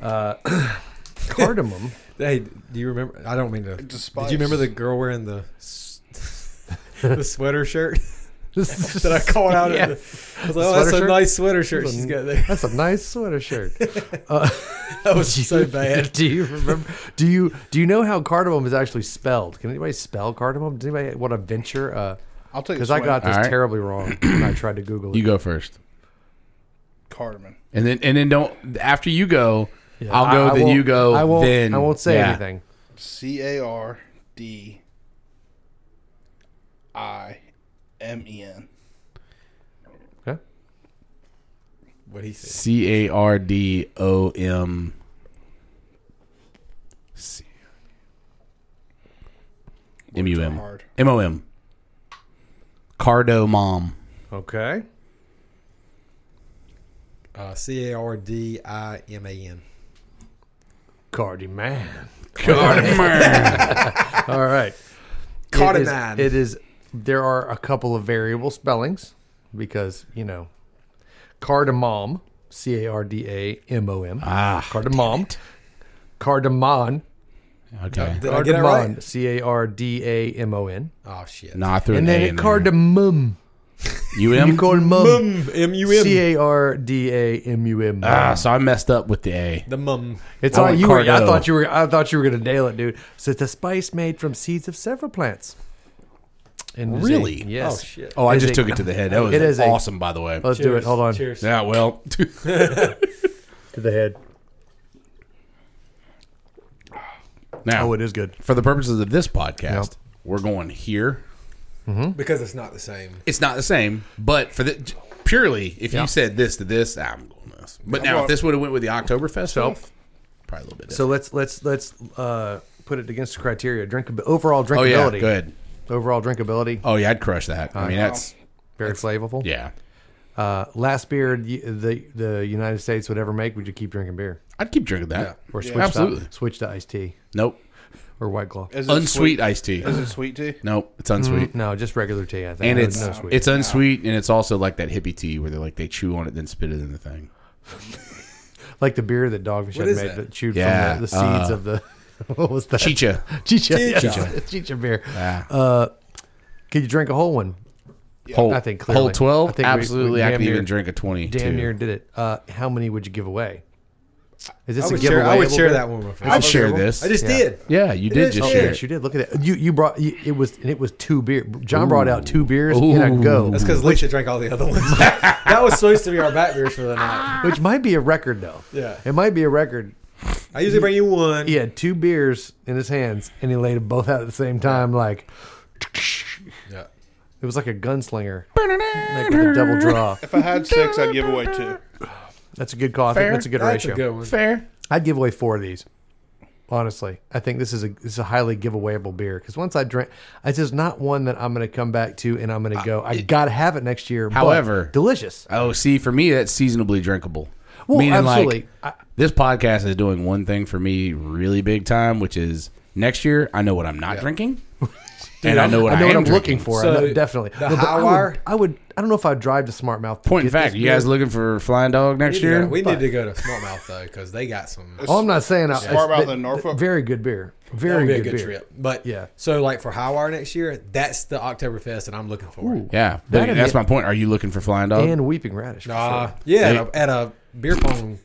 Speaker 5: Uh, cardamom.
Speaker 2: Hey, do you remember? I don't mean to. Did
Speaker 4: Just
Speaker 2: you
Speaker 4: spice.
Speaker 2: remember the girl wearing the s- the sweater shirt
Speaker 5: This is
Speaker 2: that I called out? at the, I was like, oh, that's
Speaker 5: Sweater
Speaker 2: a
Speaker 5: shirt?
Speaker 2: nice sweater shirt she's got there.
Speaker 5: That's a nice sweater shirt.
Speaker 2: That was so bad.
Speaker 5: do you remember? Do you do you know how cardamom is actually spelled? Can anybody spell cardamom? Does anybody want to venture? uh
Speaker 4: I'll take
Speaker 5: Because
Speaker 4: the
Speaker 5: I got
Speaker 4: sweater.
Speaker 5: this
Speaker 3: All right.
Speaker 5: terribly wrong when I tried to Google it.
Speaker 3: You go first,
Speaker 4: cardamom.
Speaker 3: and then and then don't. After you go,
Speaker 5: Yeah.
Speaker 3: I'll go.
Speaker 5: I- I
Speaker 3: then
Speaker 5: won't-
Speaker 3: you go.
Speaker 5: I won't.
Speaker 3: Then
Speaker 5: I won't say
Speaker 3: yeah.
Speaker 5: anything.
Speaker 4: C A R D I M E N.
Speaker 5: Okay.
Speaker 2: What he said.
Speaker 3: C A R D O M. C- M U
Speaker 4: Words are
Speaker 3: M.
Speaker 4: hard.
Speaker 3: M O M. Cardo mom.
Speaker 5: Okay.
Speaker 2: Uh, C A R D I M A N.
Speaker 5: Cardi man.
Speaker 3: Cardo
Speaker 5: All right.
Speaker 2: Cardi
Speaker 5: It is-
Speaker 2: man.
Speaker 5: It is. There are a couple of variable spellings because you know, cardamom. C A R D A M O M.
Speaker 3: Ah,
Speaker 5: Cardamom. Cardamon.
Speaker 3: Okay.
Speaker 2: Did I get it right?
Speaker 5: Cardamon. C A R D A M O N.
Speaker 2: Oh shit.
Speaker 3: No, I threw
Speaker 5: And
Speaker 3: an
Speaker 5: then
Speaker 3: A
Speaker 5: it
Speaker 3: in
Speaker 5: cardamom.
Speaker 3: there.
Speaker 5: You
Speaker 3: UM?
Speaker 5: call it mum.
Speaker 2: M U M.
Speaker 5: C A R D A M U M.
Speaker 3: Ah, so I messed up with the A.
Speaker 2: The mum.
Speaker 5: It's
Speaker 3: I
Speaker 5: all
Speaker 3: want
Speaker 5: you. Were, I
Speaker 3: cardo.
Speaker 5: thought you were. I thought you were gonna nail it, dude. So it's a spice made from seeds of several plants. And it is a-
Speaker 3: Really?
Speaker 5: yes.
Speaker 2: Oh, shit.
Speaker 3: Oh, I
Speaker 5: Is
Speaker 3: just
Speaker 5: it-
Speaker 3: took it to the head. That was
Speaker 5: It is a-
Speaker 3: awesome, by the way.
Speaker 5: Let's do it. Hold on.
Speaker 2: Cheers.
Speaker 3: Yeah, well,
Speaker 5: To the head.
Speaker 3: now
Speaker 5: Oh, it is good.
Speaker 3: for the purposes of this podcast, we're going here.
Speaker 2: Because it's not the same.
Speaker 3: It's not the same, but for the j- purely, if you said this to this, I'm going this. But now, if this would have went with the Oktoberfest,
Speaker 5: So-
Speaker 3: stuff, probably a little bit.
Speaker 5: So let's let's let's uh, put it against the criteria. Drink overall drinkability.
Speaker 3: oh yeah, good.
Speaker 5: Overall drinkability.
Speaker 3: Oh yeah, I'd crush that. I mean, that's
Speaker 5: Very flavorful.
Speaker 3: yeah.
Speaker 5: Uh, last beer y- the the United States would ever make, would you keep drinking beer
Speaker 3: I'd keep drinking that.
Speaker 5: or switch
Speaker 3: Absolutely.
Speaker 5: to, switch to iced tea
Speaker 3: Nope.
Speaker 5: or white claw?
Speaker 4: Is it
Speaker 3: Unsweet iced tea.
Speaker 4: Sweet? Is it sweet tea?
Speaker 3: Nope, it's unsweet.
Speaker 5: No, just regular tea. I think.
Speaker 3: And
Speaker 5: No-
Speaker 3: it's
Speaker 5: Mm-hmm. no sweet.
Speaker 3: it's unsweet, and it's also like that hippie tea where they like they chew on it, then spit it in the thing.
Speaker 5: like the beer that Dogfish
Speaker 2: What
Speaker 5: had
Speaker 2: is
Speaker 5: made
Speaker 2: that?
Speaker 5: that chewed
Speaker 3: Yeah,
Speaker 5: from the, the seeds
Speaker 3: uh,
Speaker 5: of the what was that?
Speaker 3: Chicha.
Speaker 5: Chicha,
Speaker 2: Chicha.
Speaker 5: yes. Chicha beer.
Speaker 3: Ah.
Speaker 5: Could you drink a whole one?
Speaker 3: whole,
Speaker 5: I think
Speaker 3: whole
Speaker 5: clearly.
Speaker 3: twelve.
Speaker 5: I think we-
Speaker 3: absolutely,
Speaker 5: we
Speaker 3: I
Speaker 5: damn
Speaker 3: could even
Speaker 5: near-
Speaker 3: drink a twenty.
Speaker 5: Damn
Speaker 3: too.
Speaker 5: near did it. Uh, how many would you give away? Is this
Speaker 2: I
Speaker 5: a
Speaker 2: would
Speaker 5: giveaway?
Speaker 2: share, I would share that one with my friends.
Speaker 3: I'd share this.
Speaker 2: I just
Speaker 5: Yeah.
Speaker 2: did.
Speaker 3: yeah, you
Speaker 2: It
Speaker 3: did
Speaker 2: is
Speaker 3: just
Speaker 5: Oh,
Speaker 3: share.
Speaker 5: yes,
Speaker 3: it.
Speaker 5: you did. Look at that. You you brought you- it was and it was two beer. John brought out two beers in a
Speaker 3: Ooh.
Speaker 5: go,
Speaker 2: That's because Lisa drank all the other ones. that was supposed to be our back beers for the night.
Speaker 5: which might be a record though.
Speaker 2: Yeah.
Speaker 5: it might be a record.
Speaker 2: I usually bring you one.
Speaker 5: He had two beers in his hands and he laid them both out at the same time. Like
Speaker 2: Yeah.
Speaker 5: it was like a gunslinger, like with a double draw.
Speaker 4: If I had six, I'd give away two.
Speaker 5: That's a good call. I think
Speaker 3: Fair.
Speaker 5: that's a good
Speaker 2: That's
Speaker 5: ratio.
Speaker 2: a good one.
Speaker 3: Fair.
Speaker 5: I'd give away four of these. Honestly, I think this is a this is a highly giveawayable beer because once I drink, this is not one that I'm going to come back to and I'm going to go. I gotta have it next year. but
Speaker 3: Uh, However-
Speaker 5: delicious.
Speaker 3: Oh, see, for me, that's seasonably drinkable.
Speaker 5: Well,
Speaker 3: Meaning,
Speaker 5: absolutely. I-
Speaker 3: like, this podcast is doing one thing for me really big time, which is next year, I know what I'm not drinking, and I know what I,
Speaker 5: I know
Speaker 3: am
Speaker 5: what I'm looking
Speaker 3: drinking.
Speaker 5: for.
Speaker 2: So,
Speaker 5: I know- definitely.
Speaker 2: the
Speaker 5: but I,
Speaker 2: Highwire-
Speaker 5: would, I would. I don't know if I'd drive to Smart Mouth. to
Speaker 3: Point in
Speaker 5: get this
Speaker 3: fact, you guys
Speaker 5: beer.
Speaker 3: looking for Flying Dog next year?
Speaker 2: we need to go to Smartmouth though, because they got some. That
Speaker 5: Oh, I'm not saying I,
Speaker 4: Smart Mouth
Speaker 5: th-
Speaker 4: in
Speaker 5: th-
Speaker 4: Norfolk?
Speaker 5: Very good beer. Very
Speaker 2: would be a
Speaker 5: good,
Speaker 2: good
Speaker 5: beer.
Speaker 2: trip. But
Speaker 5: Yeah.
Speaker 2: so like for Highwire next year, that's the Oktoberfest that I'm looking for.
Speaker 3: yeah, but
Speaker 5: That'd
Speaker 3: that's
Speaker 5: be-
Speaker 3: my point. Are you looking for Flying Dog?
Speaker 5: And Weeping Radish. for sure.
Speaker 2: Uh, yeah, at a, at a beer pong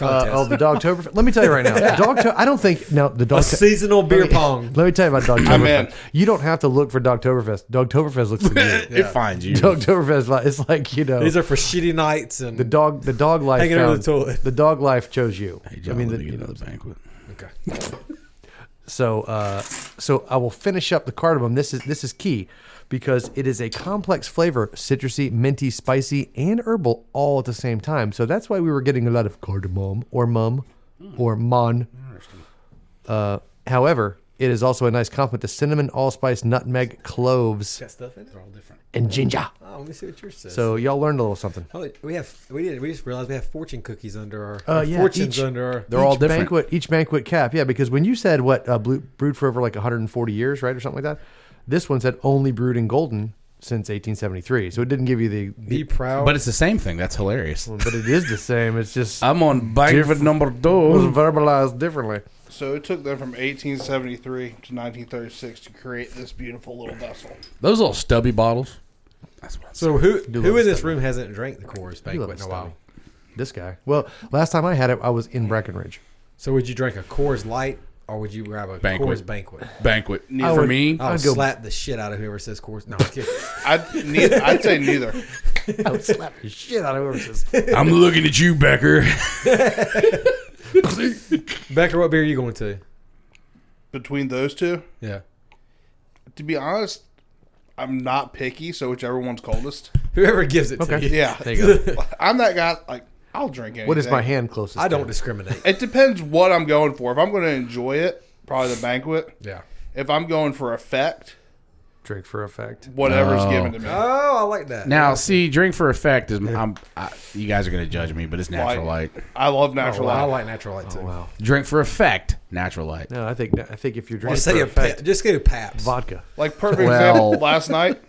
Speaker 5: Uh,
Speaker 2: contest.
Speaker 5: oh, the Dogtober. Let me tell you right now, Dogtober. I don't think now the
Speaker 2: a
Speaker 5: Dog.
Speaker 2: seasonal beer pong.
Speaker 5: Let me tell you about
Speaker 4: I'm in.
Speaker 5: Dogtoberfest. You don't have to look for Dogtoberfest. Dogtoberfest looks good.
Speaker 3: It finds you.
Speaker 5: Dogtoberfest, like- it's like you know,
Speaker 2: These are for shitty nights and
Speaker 5: the dog. The dog life.
Speaker 2: Hanging over
Speaker 5: found-
Speaker 2: the toilet.
Speaker 5: The dog life chose you.
Speaker 3: Hey, John,
Speaker 5: I mean,
Speaker 3: let
Speaker 5: the,
Speaker 3: me get
Speaker 5: you know,
Speaker 3: another banquet.
Speaker 2: Okay.
Speaker 5: So uh, so I will finish up the cardamom. This is this is key because it is a complex flavor, citrusy, minty, spicy, and herbal all at the same time. So that's why we were getting a lot of cardamom or mum
Speaker 2: Hmm.
Speaker 5: or mon. Uh, however, it is also a nice complement to cinnamon, allspice, nutmeg, cloves,
Speaker 2: Got stuff in it.
Speaker 3: They're all different.
Speaker 5: and ginger.
Speaker 2: Oh, let me see what yours says.
Speaker 5: So y'all learned a little something.
Speaker 2: oh, wait, we have we did we just realized we have fortune cookies under our
Speaker 5: Uh,
Speaker 2: uh,
Speaker 5: yeah,
Speaker 2: fortunes
Speaker 5: each-
Speaker 2: under our.
Speaker 3: They're all
Speaker 5: Each
Speaker 3: different.
Speaker 5: Banquet, each banquet cap, yeah, because when you said what uh, blew, brewed for over like 140 years, right, or something like that, this one said only brewed in golden since 1873. So it didn't give you the,
Speaker 2: Be proud.
Speaker 3: But it's the same thing. That's hilarious.
Speaker 5: but it is the same. It's just
Speaker 3: I'm on banquet
Speaker 5: Different-
Speaker 3: number
Speaker 5: it was
Speaker 3: two.
Speaker 5: verbalized differently.
Speaker 4: So it took them from 1873 to 1936 to create this beautiful little vessel.
Speaker 3: Those little stubby bottles. That's what.
Speaker 2: so who
Speaker 5: Do
Speaker 2: who
Speaker 5: love
Speaker 2: in this room hasn't drank the Coors
Speaker 5: You love
Speaker 2: banquet in a while?
Speaker 5: This guy. Well, last time I had it, I was in Breckenridge.
Speaker 2: So would you drink a Coors Light or would you grab a
Speaker 3: Banquet.
Speaker 2: Coors Banquet?
Speaker 3: banquet.
Speaker 4: Neither.
Speaker 3: For me,
Speaker 2: I'll
Speaker 5: I'd go-
Speaker 2: slap the shit out of whoever says Coors. No, I'm kidding.
Speaker 4: I'd, neither, I'd say neither.
Speaker 5: I would slap the shit out of whoever says.
Speaker 3: I'm looking at you, Becker.
Speaker 2: Becker, what beer are you going to?
Speaker 4: Between those two,
Speaker 2: Yeah.
Speaker 4: to be honest, I'm not picky, so whichever one's coldest.
Speaker 2: Whoever gives it to
Speaker 5: Okay.
Speaker 2: you.
Speaker 4: Yeah.
Speaker 5: There you go.
Speaker 4: I'm that guy, like, I'll drink anything.
Speaker 5: What is my hand closest?
Speaker 2: I don't
Speaker 5: to?
Speaker 2: discriminate.
Speaker 4: It depends what I'm going for. If I'm going to enjoy it, probably the banquet.
Speaker 2: Yeah.
Speaker 4: If I'm going for effect,
Speaker 5: drink for effect.
Speaker 4: whatever's
Speaker 3: Oh.
Speaker 4: given to me.
Speaker 2: Oh, I like that.
Speaker 3: now, see, drink for effect is. I'm, I, you guys are gonna judge me, but it's natural
Speaker 4: Light.
Speaker 3: light.
Speaker 4: I love
Speaker 2: Oh,
Speaker 4: natural
Speaker 2: wow, I
Speaker 4: light.
Speaker 2: like natural light too.
Speaker 5: Oh wow.
Speaker 3: Drink for effect, natural light.
Speaker 5: No, I think I think if you're drinking
Speaker 2: Just say
Speaker 5: for
Speaker 2: a
Speaker 5: effect,
Speaker 2: pep, just go to Paps.
Speaker 5: vodka.
Speaker 4: Like perfect
Speaker 3: Well-
Speaker 4: example. Last night,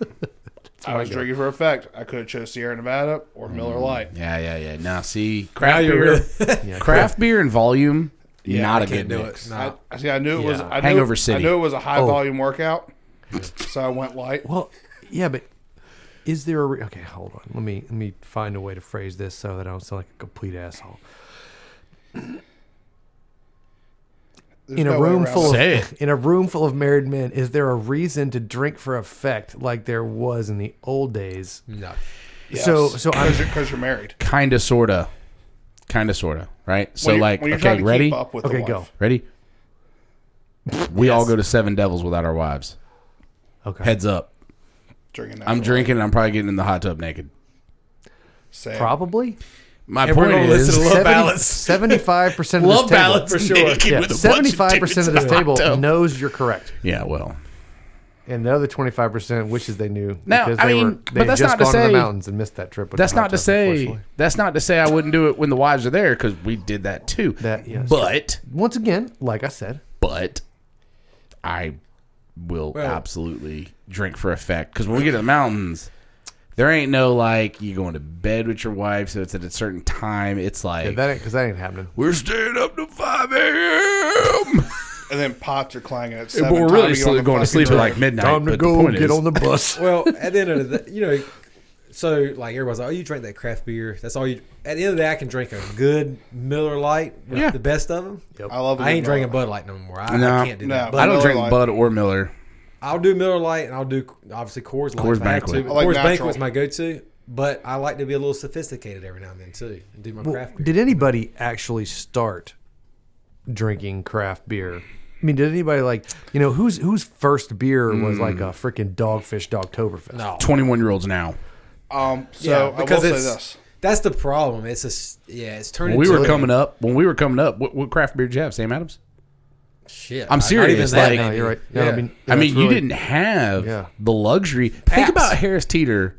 Speaker 4: I was drinking for effect. I could have chose Sierra Nevada or Miller
Speaker 5: Mm.
Speaker 4: Light.
Speaker 3: Yeah, yeah, yeah. Now, see,
Speaker 2: Now
Speaker 3: craft
Speaker 2: you're
Speaker 3: beer,
Speaker 2: really-
Speaker 3: craft beer and volume, not a
Speaker 2: can't
Speaker 3: good
Speaker 2: do
Speaker 3: mix.
Speaker 2: it.
Speaker 4: I,
Speaker 2: No.
Speaker 4: I see. I knew it was.
Speaker 5: Yeah. Oh.
Speaker 4: I knew,
Speaker 3: Hangover City.
Speaker 4: I knew it was a high volume workout, so I went light.
Speaker 5: Well, yeah, but is there a re- okay? Hold on. Let me let me find a way to phrase this so that I don't sound like a complete asshole.
Speaker 4: There's
Speaker 5: in a
Speaker 4: no way
Speaker 5: room
Speaker 4: around
Speaker 5: full of
Speaker 4: it.
Speaker 3: Say it.
Speaker 5: in a room full of married men, is there a reason to drink for effect like there was in the old days?
Speaker 2: No.
Speaker 5: So so I'm
Speaker 4: because you're, 'cause you're married.
Speaker 3: Kinda, sorta, kinda, sorta. Right. So,
Speaker 4: When you're-
Speaker 3: like,
Speaker 4: when you're
Speaker 3: okay,
Speaker 4: trying to keep
Speaker 3: ready,
Speaker 4: up with the
Speaker 5: okay.
Speaker 4: wife.
Speaker 5: Go
Speaker 3: ready. We all go to Seven Devils without our wives.
Speaker 5: okay.
Speaker 3: Heads up,
Speaker 4: Drinking. Natural
Speaker 3: I'm drinking. and I'm probably getting in the hot tub naked.
Speaker 4: Same.
Speaker 5: Probably
Speaker 3: My
Speaker 2: And we're
Speaker 3: point
Speaker 2: gonna
Speaker 3: is,
Speaker 2: listen to Love Ballads.
Speaker 5: seventy-five percent of
Speaker 3: love
Speaker 5: this table.
Speaker 3: ballads
Speaker 2: for sure.
Speaker 3: naked with a bunch of
Speaker 5: seventy-five percent of
Speaker 3: dudes
Speaker 5: this
Speaker 3: in a
Speaker 5: table
Speaker 3: hot tub.
Speaker 5: knows you're correct,
Speaker 3: Yeah, well,
Speaker 5: and the other twenty-five percent wishes they knew
Speaker 3: Now,
Speaker 5: because
Speaker 3: I
Speaker 5: they
Speaker 3: mean,
Speaker 5: were
Speaker 3: but
Speaker 5: they had
Speaker 3: that's
Speaker 5: just
Speaker 3: not to
Speaker 5: gone
Speaker 3: say-
Speaker 5: the mountains and missed that trip. with the
Speaker 3: that's
Speaker 5: hot
Speaker 3: not to
Speaker 5: tub,
Speaker 3: say
Speaker 5: unfortunately.
Speaker 3: that's not to say I wouldn't do it when the wives are there because we did that too.
Speaker 5: That- yes.
Speaker 3: but
Speaker 5: Once again, like I said,
Speaker 3: but I will absolutely drink for effect because when we get to the mountains, there ain't no like you going to bed with your wife, so it's at a certain time. It's like
Speaker 5: that ain't because that ain't happening.
Speaker 3: we're staying up to five a.m.
Speaker 4: And then pots are clanging at seven.
Speaker 3: but we're
Speaker 4: time
Speaker 3: really
Speaker 4: you get on
Speaker 3: still
Speaker 4: the
Speaker 3: going to
Speaker 4: fucking
Speaker 3: sleep at
Speaker 4: train.
Speaker 3: like midnight.
Speaker 5: Time to
Speaker 3: but the
Speaker 5: go
Speaker 3: point
Speaker 5: get
Speaker 3: is-
Speaker 5: on the bus.
Speaker 2: Well, at the end of the day, you know, so like everybody's like, oh, you drink that craft beer. That's all you. At the end of the day, I can drink a good Miller Light, with
Speaker 3: Yeah.
Speaker 2: the best of them.
Speaker 5: Yep.
Speaker 4: I love. a
Speaker 2: I ain't
Speaker 4: good
Speaker 2: drinking
Speaker 4: Miller
Speaker 2: Bud Light no more. I,
Speaker 3: No.
Speaker 2: I can't do
Speaker 4: No.
Speaker 2: that.
Speaker 3: I
Speaker 2: But
Speaker 3: don't
Speaker 4: Miller
Speaker 3: drink
Speaker 4: Lite.
Speaker 3: Bud or Miller.
Speaker 2: I'll do Miller Light and I'll do obviously Coors Light.
Speaker 3: Coors
Speaker 2: if I have to.
Speaker 3: Banquet.
Speaker 2: But
Speaker 4: I like
Speaker 2: Coors
Speaker 4: natural.
Speaker 2: Banquet's my go-to, but I like to be a little sophisticated every now and then too, and do my
Speaker 5: Well,
Speaker 2: craft beer.
Speaker 5: Did anybody actually start drinking craft beer? I mean, did anybody like you know whose whose first beer was like a freaking dogfish dogtoberfest?
Speaker 2: Mm. no,
Speaker 3: Twenty-one year olds now.
Speaker 4: Lite. Um. So
Speaker 2: yeah,
Speaker 4: I will
Speaker 2: because
Speaker 4: say
Speaker 2: it's
Speaker 4: this.
Speaker 2: that's the problem. It's a s- yeah, it's turning.
Speaker 3: When we were
Speaker 2: into-
Speaker 3: coming up, when we were coming up, what, what craft beer did you have? Sam Adams.
Speaker 2: Shit,
Speaker 3: I'm
Speaker 2: not
Speaker 3: serious,
Speaker 2: even
Speaker 3: like-
Speaker 5: no,
Speaker 2: maybe.
Speaker 5: you're right. No,
Speaker 2: Yeah.
Speaker 5: I mean,
Speaker 3: I
Speaker 5: yeah,
Speaker 3: mean,
Speaker 5: it's
Speaker 3: you
Speaker 5: really-
Speaker 3: didn't have
Speaker 5: Yeah.
Speaker 3: the luxury. Think about Harris Teeter.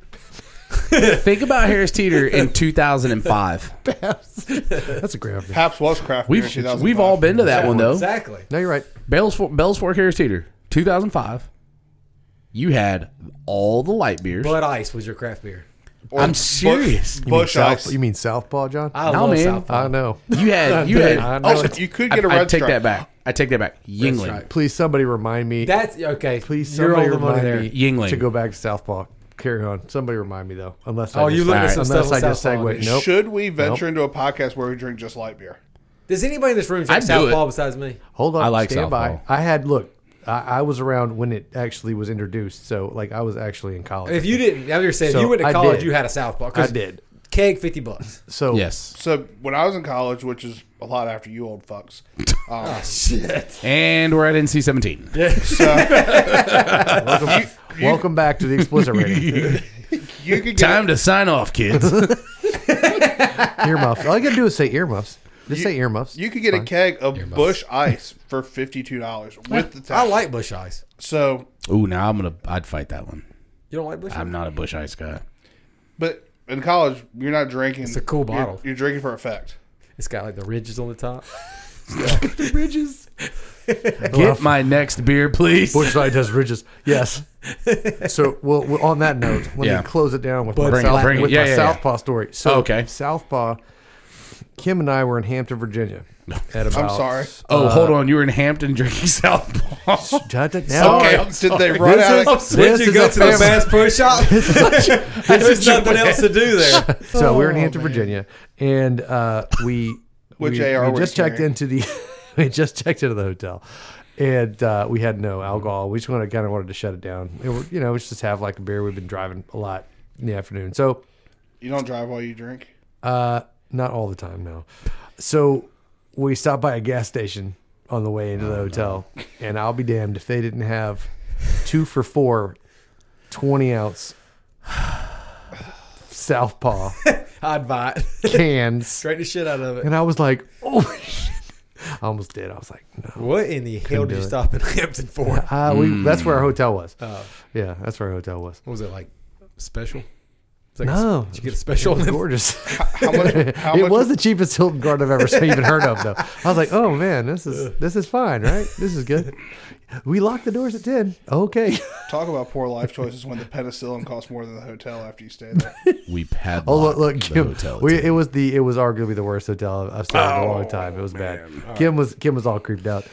Speaker 3: Think about Harris Teeter in 2005.
Speaker 5: That's a craft beer.
Speaker 4: Paps was craft beer. in
Speaker 3: We've
Speaker 4: 2005.
Speaker 3: we've all been to that one though.
Speaker 2: Exactly.
Speaker 5: No, you're right.
Speaker 3: Bell's Fork, Bell's Fork Harris Teeter, 2005. You had all the light beers.
Speaker 2: Bud Ice was your craft beer.
Speaker 4: Or
Speaker 3: I'm
Speaker 4: Bush-
Speaker 3: serious. You
Speaker 5: You mean
Speaker 4: Bush
Speaker 5: South-
Speaker 4: ice.
Speaker 5: You mean Southpaw, John?
Speaker 2: I
Speaker 3: No,
Speaker 2: love
Speaker 3: man.
Speaker 2: Southpaw.
Speaker 5: I know.
Speaker 3: You had you had.
Speaker 5: I know.
Speaker 3: Also,
Speaker 4: Oh, You could get a
Speaker 3: I- I
Speaker 4: red
Speaker 3: take
Speaker 4: stripe.
Speaker 3: that back. I take that back. Yingling.
Speaker 2: stripe.
Speaker 5: Please, somebody remind me.
Speaker 2: That's okay.
Speaker 5: please,
Speaker 2: you're
Speaker 5: somebody
Speaker 2: on the money
Speaker 5: remind
Speaker 2: there.
Speaker 5: me
Speaker 3: Yingling.
Speaker 5: to go back to Southpaw. Carry on. Somebody remind me though. Unless
Speaker 2: Oh,
Speaker 5: I just,
Speaker 2: you look at some stuff
Speaker 5: unless
Speaker 2: on
Speaker 5: I just
Speaker 2: Southpaw,
Speaker 5: segue.
Speaker 2: dude.
Speaker 5: Nope.
Speaker 4: Should we venture into a podcast where we drink just light beer?
Speaker 2: Does anybody in this room drink
Speaker 3: I'd do
Speaker 2: Southpaw
Speaker 3: it.
Speaker 2: besides me?
Speaker 5: Hold on.
Speaker 3: I like
Speaker 5: stand by.
Speaker 3: Southpaw.
Speaker 5: I had look. I, I was around when it actually was introduced, so like I was actually in college.
Speaker 2: If you didn't, I'm just saying, if
Speaker 5: So,
Speaker 2: you went to
Speaker 5: I
Speaker 2: college,
Speaker 5: did.
Speaker 2: you had a Southpaw.
Speaker 5: I
Speaker 2: 'cause
Speaker 5: did.
Speaker 2: keg fifty bucks.
Speaker 5: So
Speaker 3: Yes.
Speaker 4: So when I was in college, which is a lot after you old fucks, um,
Speaker 2: Shit.
Speaker 3: And we're at NC 17.
Speaker 5: welcome, welcome back to the explicit rating.
Speaker 4: you could get
Speaker 3: Time to sign off, kids.
Speaker 5: earmuffs. All you gotta do is say earmuffs. Just
Speaker 4: You-
Speaker 5: say earmuffs.
Speaker 4: you could get a keg of Bush Ice for fifty two dollars with the
Speaker 2: I
Speaker 4: tax.
Speaker 2: like bush ice.
Speaker 4: so,
Speaker 3: Ooh, now I'm gonna. I'd fight that one.
Speaker 2: You don't like bush ice?
Speaker 3: I'm not a bush ice guy.
Speaker 4: but in college, you're not drinking. It's
Speaker 2: a cool
Speaker 4: you're-
Speaker 2: bottle.
Speaker 4: You're, drinking for effect.
Speaker 2: It's got like the ridges on the top. the ridges.
Speaker 3: Get my next beer, please.
Speaker 5: Bush Light does ridges. Yes. So, well, well, on that note, let
Speaker 3: Yeah.
Speaker 5: me close it down with my,
Speaker 3: Bring it,
Speaker 5: South-
Speaker 3: bring it.
Speaker 5: with
Speaker 3: Yeah,
Speaker 5: my
Speaker 3: yeah, yeah.
Speaker 5: Southpaw story. So,
Speaker 3: Okay.
Speaker 5: Southpaw, Kim and I were in Hampton, Virginia. At about,
Speaker 4: I'm sorry.
Speaker 5: uh,
Speaker 3: Oh, hold on. You were in Hampton drinking Southpaw.
Speaker 5: Da- da- now-
Speaker 3: Okay.
Speaker 4: Oh, did they run
Speaker 5: This
Speaker 4: out?
Speaker 5: is-
Speaker 4: of,
Speaker 2: I'm switching.
Speaker 5: is
Speaker 2: Go
Speaker 5: a
Speaker 2: to the
Speaker 5: family-
Speaker 2: fast food shop. There's nothing else to do there.
Speaker 5: So we were in Hampton, Virginia, and uh, we
Speaker 4: Which
Speaker 5: we,
Speaker 4: AR
Speaker 5: we
Speaker 4: were
Speaker 5: just
Speaker 4: you
Speaker 5: checked
Speaker 4: carrying?
Speaker 5: into the we just checked into the hotel, and uh, we had no alcohol. We just wanted kind of wanted to shut it down. It were, you know, we should just have like a beer. We've been driving a lot in the afternoon, so
Speaker 4: you don't drive while you drink.
Speaker 5: uh, not all the time now. So we stopped by a gas station on the way into the hotel, and I'll be damned if they didn't have two for four, 20 ounce Southpaw
Speaker 2: I'd buy it.
Speaker 5: cans.
Speaker 2: Straight the shit out of it.
Speaker 5: And I was like, oh, shit. I almost did. I was like, no.
Speaker 2: What in the hell did
Speaker 5: do
Speaker 2: you
Speaker 5: it.
Speaker 2: stop in Hampton for? What
Speaker 5: Uh, we, That's where our hotel was.
Speaker 2: Oh.
Speaker 5: Yeah, that's where our hotel was.
Speaker 2: was it like? Special? It's like a-
Speaker 5: No.
Speaker 2: did you get a special?
Speaker 5: It was gorgeous.
Speaker 4: How much? How
Speaker 5: it
Speaker 4: much
Speaker 5: was the cheapest Hilton Garden I've ever seen, even heard of, though. I was like, oh, man, this is this is fine, right? This is good. We locked the doors at 10. Okay.
Speaker 4: Talk about poor life choices when the penicillin costs more than the hotel after you stay there.
Speaker 3: we padlocked
Speaker 5: Oh, look, look
Speaker 3: the
Speaker 5: Kim.
Speaker 3: hotel.
Speaker 5: we,
Speaker 3: too.
Speaker 5: it was the it was arguably the worst hotel I've stayed in a long time. It was bad. Kim was Kim was Oh, all creeped out.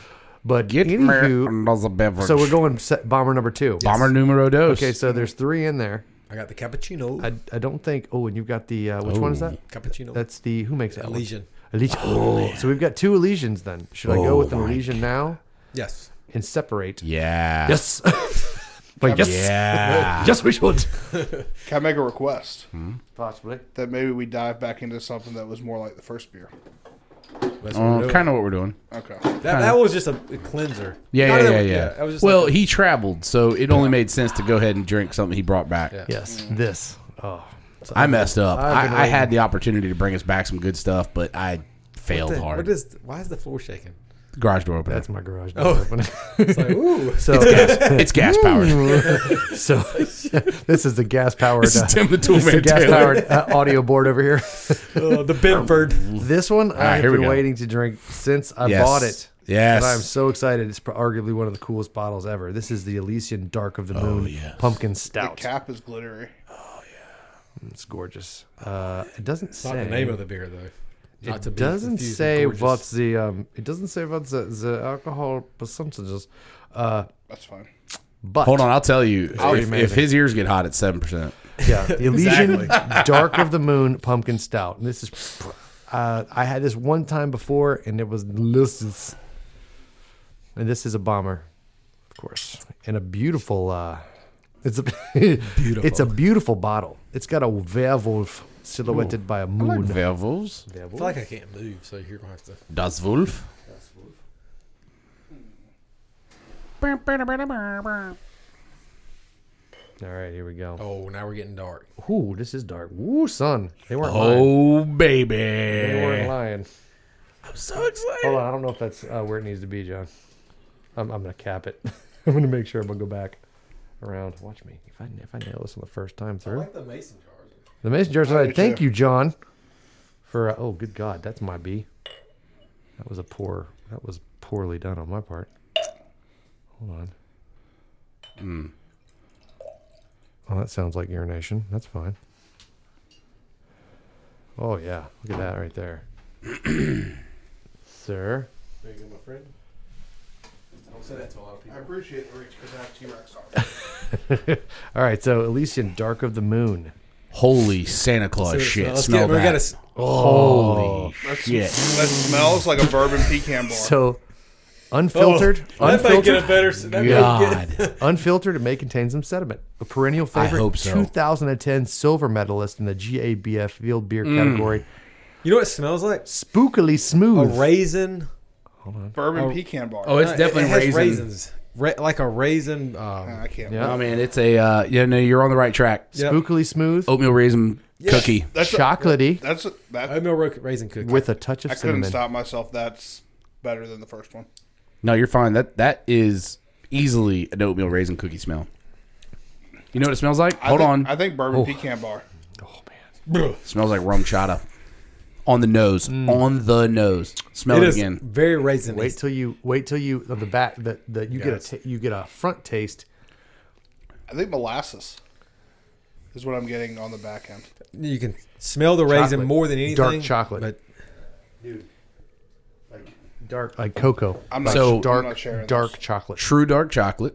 Speaker 5: But
Speaker 3: Get
Speaker 5: anywho,
Speaker 3: me a beverage.
Speaker 5: so we're going se- bomber number two.
Speaker 3: bomber numero dos.
Speaker 5: Okay, so there's three in there.
Speaker 2: I got the cappuccino.
Speaker 5: I, I don't think. Oh, and you've got the uh, which one is
Speaker 3: Oh.
Speaker 5: that?
Speaker 2: cappuccino.
Speaker 5: That's the who makes that one?
Speaker 2: Elysian.
Speaker 5: Elysian. so we've got two Elysians then. Should I go
Speaker 3: Oh
Speaker 5: with an
Speaker 3: my
Speaker 5: Elysian now
Speaker 2: Yes.
Speaker 5: and separate?
Speaker 3: yeah.
Speaker 5: Yes. Wait, yes.
Speaker 3: Yeah.
Speaker 5: Yes, we should.
Speaker 4: Can I make a request
Speaker 5: Possibly.
Speaker 4: that maybe we dive back into something that was more like the first beer?
Speaker 2: That's what we're
Speaker 3: Uh,
Speaker 2: doing.
Speaker 3: kind of what we're doing.
Speaker 4: Okay.
Speaker 2: That, that was just a, a cleanser.
Speaker 3: Yeah,
Speaker 2: Not
Speaker 3: yeah, yeah,
Speaker 2: that-
Speaker 3: yeah.
Speaker 2: that was just
Speaker 3: well,
Speaker 2: like-
Speaker 3: he traveled, so it only made sense to go ahead and drink something he brought back.
Speaker 2: Yeah.
Speaker 5: Yes. This. Oh.
Speaker 3: I messed up.
Speaker 5: I've been
Speaker 3: I, I had the opportunity to bring us back some good stuff, but I failed
Speaker 2: What
Speaker 3: hard.
Speaker 2: is? Why is the floor shaking?
Speaker 3: Garage door opener.
Speaker 5: That's my garage door opening.
Speaker 2: It's like ooh.
Speaker 5: So,
Speaker 3: it's Oh. gas powered.
Speaker 5: so this is the gas powered. uh,
Speaker 3: This is Tim the Tool
Speaker 5: It's a
Speaker 3: Man
Speaker 5: gas
Speaker 3: Taylor.
Speaker 5: powered uh, audio board over here.
Speaker 2: Uh, the Bedford.
Speaker 5: This one I've
Speaker 3: here we
Speaker 5: been
Speaker 3: go.
Speaker 5: waiting to drink since I
Speaker 3: Yes.
Speaker 5: bought it.
Speaker 3: Yes.
Speaker 5: And I'm so excited. It's arguably one of the coolest bottles ever. This is the Elysian Dark of the Moon
Speaker 3: Oh, yes.
Speaker 5: Pumpkin
Speaker 4: The
Speaker 5: Stout.
Speaker 4: cap is glittery.
Speaker 5: it's gorgeous. Uh, it doesn't
Speaker 2: Not
Speaker 5: say.
Speaker 2: the name of the beer though. Not to
Speaker 5: It
Speaker 2: be
Speaker 5: doesn't
Speaker 2: confused with
Speaker 5: say
Speaker 2: gorgeous.
Speaker 5: what the um, it doesn't say what the, the alcohol percentages. Uh,
Speaker 4: That's fine.
Speaker 5: but
Speaker 3: Hold on, I'll tell you.
Speaker 5: pretty
Speaker 3: If,
Speaker 5: amazing.
Speaker 3: if his ears get hot, it's seven percent.
Speaker 5: Yeah, the Elysian Dark of the Moon Pumpkin Stout. And this is, uh, I had this one time before, and it was delicious. And this is a bomber, of course, and a beautiful. Uh, it's a beautiful. It's a beautiful bottle. It's got a werewolf silhouetted by a moon.
Speaker 3: Werwolves.
Speaker 2: I feel like I can't move, so you're gonna have to.
Speaker 3: Das Wolf.
Speaker 5: All right, here we go.
Speaker 2: Oh, now we're getting dark.
Speaker 5: Ooh, this is dark. Ooh, son, they weren't lying.
Speaker 3: Oh
Speaker 5: They weren't
Speaker 3: baby.
Speaker 5: lying.
Speaker 3: I'm so excited.
Speaker 5: Hold on, I don't know if that's uh, where it needs to be, John. I'm, I'm gonna cap it. I'm gonna make sure I'm gonna go back around. Watch me. If I if I nail this on the first time through,
Speaker 2: the mason jars.
Speaker 5: the mason jar
Speaker 4: I
Speaker 5: said,
Speaker 4: do
Speaker 5: "Thank
Speaker 4: too.
Speaker 5: you, John." For uh, oh, good God, that's my B. That was a poor. That was poorly done on my part. Hold on. Oh, that sounds like urination. That's fine. Oh yeah, look at that right there, sir.
Speaker 2: There you go, my friend. Don't say that to a lot of
Speaker 4: I appreciate the reach because I have T Rex on.
Speaker 5: All right, so Elysian, Dark of the Moon.
Speaker 3: Holy Santa Claus Oh, shit! Smell
Speaker 2: We
Speaker 3: that.
Speaker 2: gotta s-
Speaker 3: Holy
Speaker 4: That's,
Speaker 3: shit!
Speaker 4: That smells like a bourbon pecan bar.
Speaker 5: So
Speaker 2: Oh,
Speaker 5: Unfiltered,
Speaker 2: That might get a
Speaker 5: unfiltered,
Speaker 2: better. That might get,
Speaker 3: God.
Speaker 5: unfiltered, it may contain some sediment. A perennial favorite,
Speaker 3: hope so.
Speaker 5: 2010 silver medalist in the GABF field beer category.
Speaker 2: you know what it smells like?
Speaker 5: Spookily
Speaker 2: A
Speaker 5: smooth.
Speaker 2: raisin. Uh,
Speaker 4: Bourbon pecan bar.
Speaker 3: Oh, it's definitely
Speaker 2: it has
Speaker 3: raisin.
Speaker 2: raisins. Ra- like a raisin. Um,
Speaker 4: I can't.
Speaker 5: Yeah.
Speaker 3: Oh man, it's a uh, yeah. No, you're on the right track.
Speaker 2: yep.
Speaker 5: Spookily smooth,
Speaker 2: Oh,
Speaker 3: Oatmeal raisin cookie.
Speaker 4: That's a-
Speaker 5: chocolatey,
Speaker 4: that's a, that. I
Speaker 2: oatmeal ro- raisin cookie.
Speaker 5: with a touch of
Speaker 4: couldn't
Speaker 5: cinnamon.
Speaker 4: stop myself. That's better than the first one.
Speaker 3: No, you're fine. That that is easily an oatmeal raisin cookie smell. You know what it smells like?
Speaker 4: I
Speaker 3: Hold
Speaker 4: think-
Speaker 3: on.
Speaker 4: I think bourbon pecan bar.
Speaker 3: smells like rum chata. On the nose. On the nose. Smell
Speaker 2: Mm. It
Speaker 3: it,
Speaker 2: is
Speaker 3: again.
Speaker 2: very raisin.
Speaker 5: Wait till you wait till you the back the, the you get a t- you get a front taste.
Speaker 4: I think molasses is what I'm getting on the back end.
Speaker 2: You can smell the raisin
Speaker 5: Chocolate.
Speaker 2: more than anything.
Speaker 5: Dark chocolate.
Speaker 2: But
Speaker 5: Dark like cocoa.
Speaker 4: I'm not
Speaker 3: So-
Speaker 4: sure.
Speaker 5: dark
Speaker 4: I'm not sharing
Speaker 5: dark
Speaker 4: This.
Speaker 5: chocolate.
Speaker 3: True dark chocolate.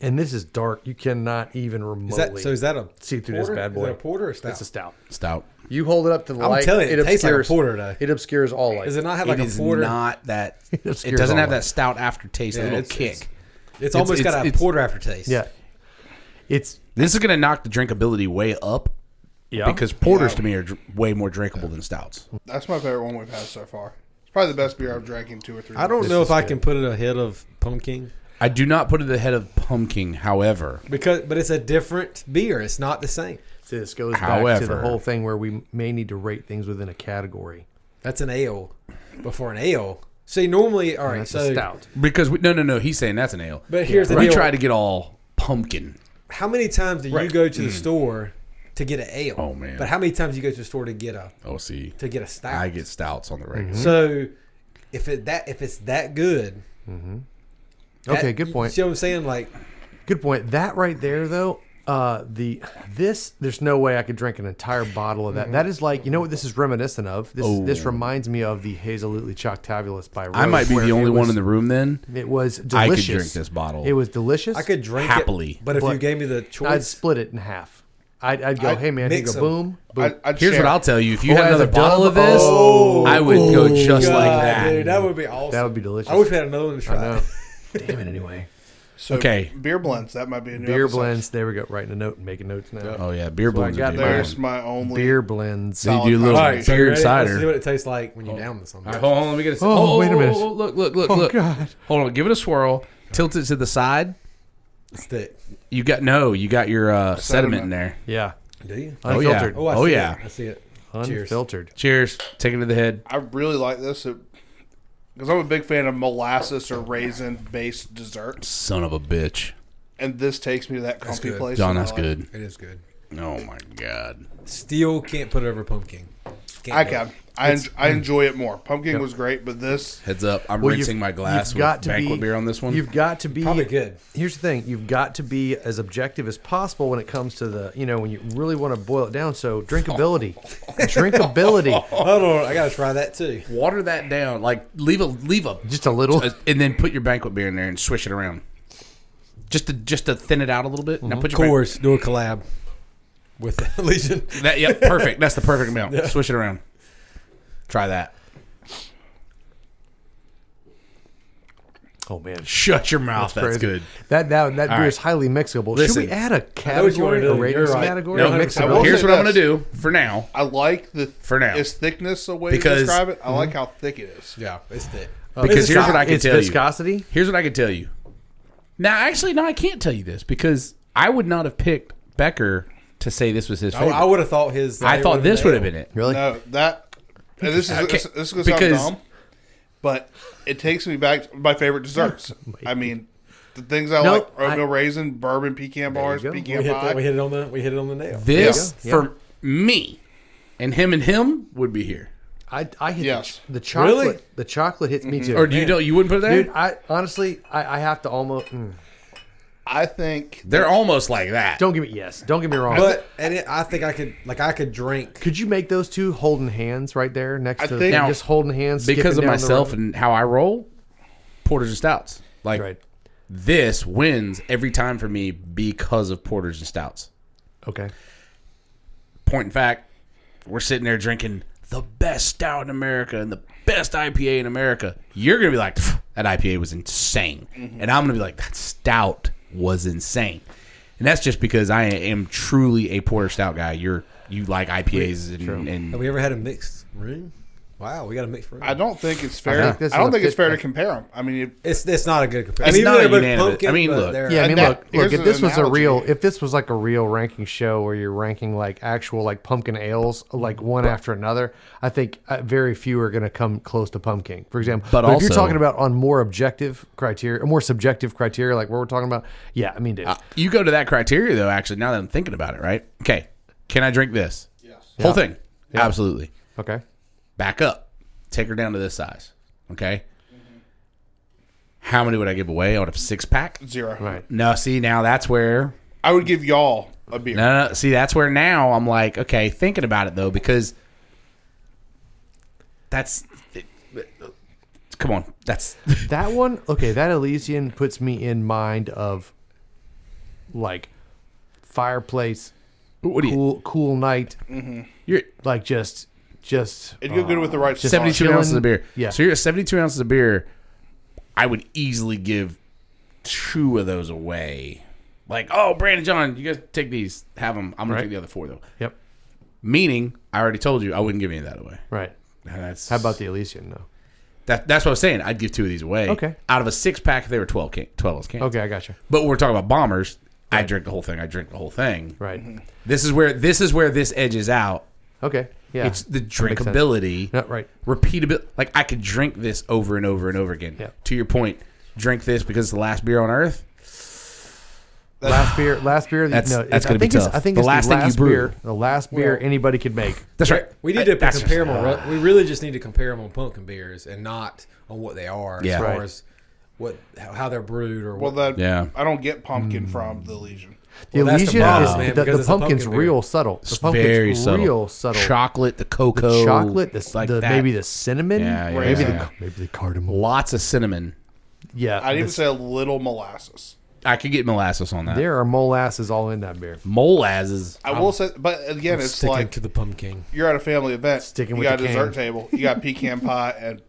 Speaker 5: And this is dark. You cannot even remotely
Speaker 2: is that so? Is that a
Speaker 5: see through this
Speaker 2: porter?
Speaker 5: bad boy.
Speaker 2: Is that a porter or stout?
Speaker 5: It's a stout.
Speaker 3: Stout.
Speaker 5: You hold it up to the
Speaker 2: I'm
Speaker 5: light.
Speaker 2: telling you, it tastes like a porter today.
Speaker 5: It obscures all light.
Speaker 2: Does it not have
Speaker 3: It
Speaker 2: like
Speaker 3: is
Speaker 2: a porter?
Speaker 3: not that. It
Speaker 5: obscures
Speaker 3: doesn't
Speaker 5: all
Speaker 3: have
Speaker 5: that.
Speaker 3: that stout aftertaste,
Speaker 2: Yeah,
Speaker 3: a little
Speaker 2: it's-
Speaker 3: kick.
Speaker 2: it's- It's, almost
Speaker 3: it's-
Speaker 2: got a
Speaker 3: it's-
Speaker 2: porter aftertaste.
Speaker 5: yeah. It's
Speaker 3: this is going to knock the drinkability way up
Speaker 5: yeah.
Speaker 3: because porters to me are dr- way more drinkable than stouts.
Speaker 2: Mm.
Speaker 4: That's my favorite one we've had so far. It's probably the best beer I've drank in two or three.
Speaker 2: I don't
Speaker 4: months.
Speaker 2: know if I can put it ahead of pumpkin
Speaker 3: I do not put it ahead of pumpkin, however.
Speaker 2: because, but it's a different beer. It's not the same.
Speaker 5: so this goes back to the
Speaker 3: However-
Speaker 5: whole thing where we may need to rate things within a category.
Speaker 2: That's an ale. Before an ale, see normally, all right.
Speaker 5: That's
Speaker 2: so
Speaker 5: a stout.
Speaker 3: Because, we, no, no, no, he's saying that's an ale.
Speaker 2: But here's the
Speaker 3: We
Speaker 2: deal.
Speaker 3: try to get all pumpkin.
Speaker 2: how many times do you go to
Speaker 5: Mm.
Speaker 2: the store to get an ale?
Speaker 3: Oh, man.
Speaker 2: But how many times do you go to the store to get a
Speaker 3: Oh, see.
Speaker 2: to get a stout?
Speaker 3: I get stouts on the regular.
Speaker 2: Mm-hmm. So
Speaker 5: Mm-hmm.
Speaker 2: if it that if it's that good, that-
Speaker 5: Okay, good point.
Speaker 2: See what I'm saying? Like
Speaker 5: Good point. That right there, though, uh, the this there's no way I could drink an entire bottle of that. That is like you know what this is reminiscent of. This this reminds me of the Hazelutely Choctavulus by. Rose,
Speaker 3: Oh. I might be
Speaker 5: where
Speaker 3: the only
Speaker 5: it
Speaker 3: one
Speaker 5: was-
Speaker 3: in the room then.
Speaker 5: It was
Speaker 3: I
Speaker 5: delicious.
Speaker 3: could drink this bottle.
Speaker 5: It was delicious.
Speaker 2: I could drink
Speaker 3: Happily.
Speaker 2: it, but if you
Speaker 5: But
Speaker 2: gave me the
Speaker 5: I'd
Speaker 2: choice,
Speaker 5: split it in half. I'd, I'd go,
Speaker 4: I'd
Speaker 5: hey man, you
Speaker 2: mix
Speaker 5: go
Speaker 2: 'em.
Speaker 5: boom, boom.
Speaker 4: I, I'd
Speaker 3: Here's
Speaker 4: share.
Speaker 3: what I'll tell you: if you had
Speaker 5: Oh, as
Speaker 3: another
Speaker 5: a dub?
Speaker 3: bottle of this,
Speaker 5: Oh.
Speaker 3: I would go just
Speaker 2: God,
Speaker 3: like that.
Speaker 2: dude, that would be awesome.
Speaker 5: that would be delicious.
Speaker 2: I wish we had another one to try.
Speaker 5: I know. Damn it. Anyway,
Speaker 4: So
Speaker 3: Okay.
Speaker 4: Beer blends. That might be a new
Speaker 5: beer
Speaker 4: episode.
Speaker 5: blends. There we go. Writing a note and making notes now.
Speaker 3: Oh yeah, beer blends.
Speaker 5: got
Speaker 3: Are
Speaker 5: there.
Speaker 3: good.
Speaker 4: There's my only.
Speaker 5: Beer blends.
Speaker 3: They Oh. do a little
Speaker 4: All right,
Speaker 2: so you
Speaker 3: beer
Speaker 2: ready? Let's see
Speaker 3: cider.
Speaker 2: what it tastes like when you're down with something.
Speaker 3: hold on, let me get a. Oh,
Speaker 5: Oh, wait a minute.
Speaker 3: look, look, look, look.
Speaker 5: God.
Speaker 3: Hold on, give it a swirl. Tilt it to the side.
Speaker 2: It's thick.
Speaker 3: You got no. You got your uh, sediment in there.
Speaker 5: Yeah,
Speaker 2: Do you?
Speaker 3: Oh yeah.
Speaker 5: Unfiltered.
Speaker 2: Oh, I
Speaker 3: Oh
Speaker 2: see
Speaker 3: yeah.
Speaker 2: It. I see it. Cheers.
Speaker 5: Uh, unfiltered.
Speaker 3: Cheers. Take it to the head.
Speaker 4: I really like this because I'm a big fan of molasses or raisin based desserts,
Speaker 3: Son of a bitch.
Speaker 4: and this takes me to that comfy
Speaker 2: good.
Speaker 4: place.
Speaker 3: John,
Speaker 4: and I
Speaker 3: that's
Speaker 4: like it.
Speaker 3: good.
Speaker 2: It is good.
Speaker 3: Oh my god.
Speaker 2: Steel can't put it over pumpkin. Can't
Speaker 4: I
Speaker 2: do
Speaker 4: can.
Speaker 2: it.
Speaker 4: I, en- I enjoy it more. Pumpkin was great, but this
Speaker 3: Heads up, I'm
Speaker 5: Well,
Speaker 3: rinsing
Speaker 5: you've-
Speaker 3: my glass
Speaker 5: you've got
Speaker 3: with
Speaker 5: to
Speaker 3: banquet
Speaker 5: be-
Speaker 3: beer on this one.
Speaker 5: You've got to be
Speaker 2: Probably good.
Speaker 5: Here's the thing: you've got to be as objective as possible when it comes to the, you know, when you really want to boil it down. So drinkability, drinkability,
Speaker 2: Hold on, I gotta try that too.
Speaker 3: water that down, like leave a leave a
Speaker 5: just a little.
Speaker 3: Uh, and then put your banquet beer in there and swish it around. Just to just to thin it out a little bit. Now put
Speaker 2: Of
Speaker 3: your banquet-
Speaker 2: course, do a collab with the Legion.
Speaker 3: that yeah, perfect. That's the perfect amount. Swish it around. Try that.
Speaker 5: Oh man,
Speaker 3: Shut your mouth.
Speaker 5: crazy.
Speaker 3: That's, good.
Speaker 5: That that that beer
Speaker 3: right.
Speaker 5: is highly mixable.
Speaker 3: Listen,
Speaker 5: Should we add a
Speaker 2: know what you wanna
Speaker 5: category, a
Speaker 2: do.
Speaker 5: rating
Speaker 2: You're right.
Speaker 5: category,
Speaker 3: No,
Speaker 5: a
Speaker 3: 100%.
Speaker 4: I will
Speaker 5: mixable?
Speaker 3: Here's
Speaker 4: say
Speaker 3: what I'm gonna
Speaker 4: this.
Speaker 3: do for now.
Speaker 4: I like the
Speaker 3: For now.
Speaker 4: its thickness. The way
Speaker 3: Because-
Speaker 4: to describe it, I like how thick it is.
Speaker 2: Yeah, it's thick.
Speaker 5: Uh,
Speaker 3: Because here's what I can
Speaker 5: It's
Speaker 3: tell you.
Speaker 5: viscosity.
Speaker 3: Here's what I can tell you. Now, actually, no, I can't tell you this because I would not have picked Becker to say this was his
Speaker 2: I,
Speaker 3: favorite.
Speaker 2: Oh, I
Speaker 3: I,
Speaker 2: would have thought his.
Speaker 3: thought this would have been it.
Speaker 5: Really?
Speaker 4: No, that and this is this, this is gonna sound
Speaker 3: because-
Speaker 4: dumb, but it takes me back to my favorite desserts.
Speaker 5: Oh
Speaker 4: I mean, the things I
Speaker 5: Nope,
Speaker 4: like: oatmeal
Speaker 5: I-
Speaker 4: raisin, bourbon, pecan bars,
Speaker 5: go.
Speaker 2: We
Speaker 4: pecan
Speaker 2: hit,
Speaker 4: pie.
Speaker 2: that, we hit it on the. We hit it on the nail.
Speaker 3: This
Speaker 5: Yeah.
Speaker 3: for me and him and him would be here.
Speaker 5: I, I hit
Speaker 4: Yes. Mm-hmm.
Speaker 5: the, ch- the chocolate.
Speaker 2: Really?
Speaker 5: The chocolate hits me too.
Speaker 3: Or do you know you wouldn't put it there?
Speaker 5: Dude, I honestly, I, I have to almost. mm.
Speaker 4: I think
Speaker 3: They're almost like that.
Speaker 5: Don't give me yes. Don't get me wrong.
Speaker 2: But and it, I think I could like I could drink.
Speaker 5: could you make those two holding hands right there next
Speaker 4: I
Speaker 5: to
Speaker 4: think-
Speaker 5: just holding hands
Speaker 3: because
Speaker 5: skipping
Speaker 3: of
Speaker 5: down the
Speaker 3: myself
Speaker 5: road?
Speaker 3: and how I roll, porters and stouts. Like
Speaker 5: Right.
Speaker 3: this wins every time for me because of porters and stouts.
Speaker 5: Okay.
Speaker 3: Point in fact, we're sitting there drinking the best stout in America and the best IPA in America, you're gonna be like, "Pff, that IPA was insane,
Speaker 5: Mm-hmm.
Speaker 3: and I'm gonna be like, that stout was insane, and that's just because I am truly a porter stout guy. You're you like IPAs and,
Speaker 2: Have
Speaker 3: and
Speaker 2: we ever had a mixed room? Wow, we got a mixed room.
Speaker 4: I don't think it's fair. I,
Speaker 5: think this is
Speaker 4: don't
Speaker 5: a
Speaker 4: think it's
Speaker 5: fit-
Speaker 4: fair to compare them. I mean, it-
Speaker 2: It's it's not a good comparison.
Speaker 3: It's
Speaker 2: even
Speaker 3: not a
Speaker 2: though they're both
Speaker 3: unanimous. I mean,
Speaker 2: but
Speaker 3: look.
Speaker 2: they're-
Speaker 5: Yeah, I mean,
Speaker 4: that-
Speaker 5: look, look.
Speaker 4: here's
Speaker 5: If this
Speaker 4: an
Speaker 5: was a
Speaker 4: analogy.
Speaker 5: real, if this was like a real ranking show where you're ranking like actual like pumpkin ales, like one after another, I think uh, very few are going to come close to pumpkin. For example,
Speaker 3: But
Speaker 5: if you're
Speaker 3: also-
Speaker 5: talking about on more objective criteria, more subjective criteria, like what we're talking about, yeah, I mean, dude,
Speaker 3: you go to that criteria though. Actually, now that I'm thinking about it, right? Okay, can I drink this? Yes. Whole thing, absolutely.
Speaker 5: okay,
Speaker 3: back up, take her down to this size. Okay. How many would I give away out of six pack?
Speaker 4: zero.
Speaker 5: right,
Speaker 3: No, see now that's where
Speaker 4: I would give y'all a beer.
Speaker 3: no, no see that's where now I'm like okay thinking about it though because that's uh, come on that's
Speaker 5: that one, okay, that Elysian puts me in mind of like fireplace,
Speaker 3: what do you
Speaker 5: cool, cool night,
Speaker 3: you're
Speaker 5: like just, just
Speaker 4: It'd go good with the right sauce.
Speaker 3: 72
Speaker 5: chilling.
Speaker 3: ounces of beer
Speaker 5: Yeah.
Speaker 3: so you're at 72 ounces of beer I would easily give two of those away like oh Brandon John you guys take these have them I'm gonna take the other four though
Speaker 5: yep,
Speaker 3: Meaning, I already told you I wouldn't give any of that away.
Speaker 5: right.
Speaker 3: And That's
Speaker 5: How about the Elysian though?
Speaker 3: that, that's what I was saying. I'd give two of these away.
Speaker 5: Okay.
Speaker 3: Out of a six pack, they were 12 can, 12 ounce cans.
Speaker 5: Okay, I got you.
Speaker 3: But we're talking about bombers. I drink the whole thing. I drink the whole thing.
Speaker 5: Right.
Speaker 3: This is where this is where this edges out.
Speaker 5: Okay. Yeah.
Speaker 3: It's the
Speaker 5: makes sense.
Speaker 3: drinkability,
Speaker 5: Yeah, right.
Speaker 3: repeatability. Like I could drink this over and over and over again.
Speaker 5: Yeah.
Speaker 3: To your point, drink this because it's the last beer on earth.
Speaker 5: last beer. Last beer.
Speaker 3: That's-
Speaker 5: no, it's-
Speaker 3: that's gonna
Speaker 5: I think
Speaker 3: be
Speaker 5: it's,
Speaker 3: tough.
Speaker 5: I think
Speaker 3: The
Speaker 5: it's
Speaker 3: last
Speaker 5: last
Speaker 3: thing you brew.
Speaker 5: beer. The last beer
Speaker 2: Well-
Speaker 5: anybody could make.
Speaker 3: That's right.
Speaker 2: We
Speaker 3: I-
Speaker 2: need to
Speaker 3: that's-
Speaker 2: compare them. On, re- we really just need to compare them on pumpkin beers and not on what they are
Speaker 3: Yeah.
Speaker 2: as far
Speaker 5: Right.
Speaker 2: as what how how they're brewed or
Speaker 4: Well,
Speaker 2: what.
Speaker 4: that
Speaker 3: Yeah.
Speaker 4: I don't get
Speaker 5: Mm.
Speaker 4: pumpkin from the Legion.
Speaker 5: The
Speaker 2: Well, that's the
Speaker 5: Elysian
Speaker 2: problem,
Speaker 5: is
Speaker 2: man,
Speaker 5: the,
Speaker 2: because
Speaker 5: the
Speaker 2: it's a pumpkin
Speaker 5: pumpkin's
Speaker 2: beer.
Speaker 5: real subtle. The pumpkin's
Speaker 3: very subtle.
Speaker 5: real subtle.
Speaker 3: Chocolate, the
Speaker 5: The
Speaker 3: cocoa,
Speaker 5: chocolate. The,
Speaker 3: it's like
Speaker 5: the
Speaker 3: that.
Speaker 5: maybe the cinnamon.
Speaker 3: Yeah, yeah,
Speaker 5: maybe
Speaker 3: yeah.
Speaker 5: the maybe the cardamom.
Speaker 3: lots of cinnamon.
Speaker 5: Yeah.
Speaker 4: I'd even
Speaker 5: this-
Speaker 4: say a little molasses.
Speaker 3: I could get molasses on that.
Speaker 5: there are molasses all in that beer.
Speaker 3: molasses.
Speaker 4: I will say, but again, it's
Speaker 2: sticking
Speaker 4: like
Speaker 2: to the pumpkin.
Speaker 4: you're at a family event.
Speaker 5: Sticking
Speaker 4: you
Speaker 5: with
Speaker 4: got
Speaker 5: the
Speaker 4: a
Speaker 5: can.
Speaker 4: dessert table. You got pecan pie and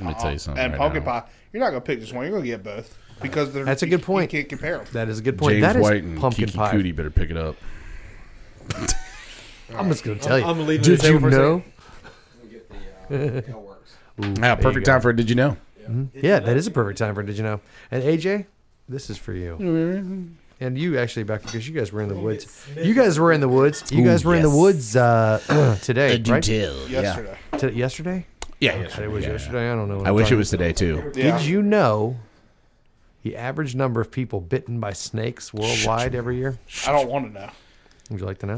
Speaker 3: Let me tell you something.
Speaker 4: Uh, and
Speaker 3: right
Speaker 4: pumpkin
Speaker 3: now.
Speaker 4: pie. You're not gonna pick just one. You're gonna get both because they're,
Speaker 5: That's a
Speaker 4: you-
Speaker 5: good point.
Speaker 4: You can't compare them.
Speaker 5: That is a good point.
Speaker 3: James
Speaker 5: that is
Speaker 3: White and
Speaker 5: pumpkin
Speaker 3: Kiki
Speaker 5: pie. Mm.
Speaker 3: Cootie better pick it up. Ah,
Speaker 5: I'm just gonna tell you.
Speaker 2: I'm gonna leave it at
Speaker 5: Did
Speaker 2: the table
Speaker 5: you
Speaker 2: for a
Speaker 5: know?
Speaker 4: uh,
Speaker 3: Yeah, perfect time for it. Did you know?
Speaker 5: Yeah, that is a perfect time for Did You Know? And AJ, this is for you. And you actually, back because you guys were in the woods. You guys were in the woods. You
Speaker 3: Ooh,
Speaker 5: guys were in the
Speaker 3: yes.
Speaker 5: woods uh, today, right?
Speaker 3: Yesterday.
Speaker 4: Yesterday,
Speaker 5: T- yesterday?
Speaker 3: Yeah. yeah,
Speaker 5: It was
Speaker 3: yeah, yeah.
Speaker 5: yesterday. I don't know. when
Speaker 3: I wish it
Speaker 5: time
Speaker 3: was today too.
Speaker 4: yeah.
Speaker 5: Did you know the average number of people bitten by snakes worldwide every year?
Speaker 4: I don't want to know.
Speaker 5: Would you like to know?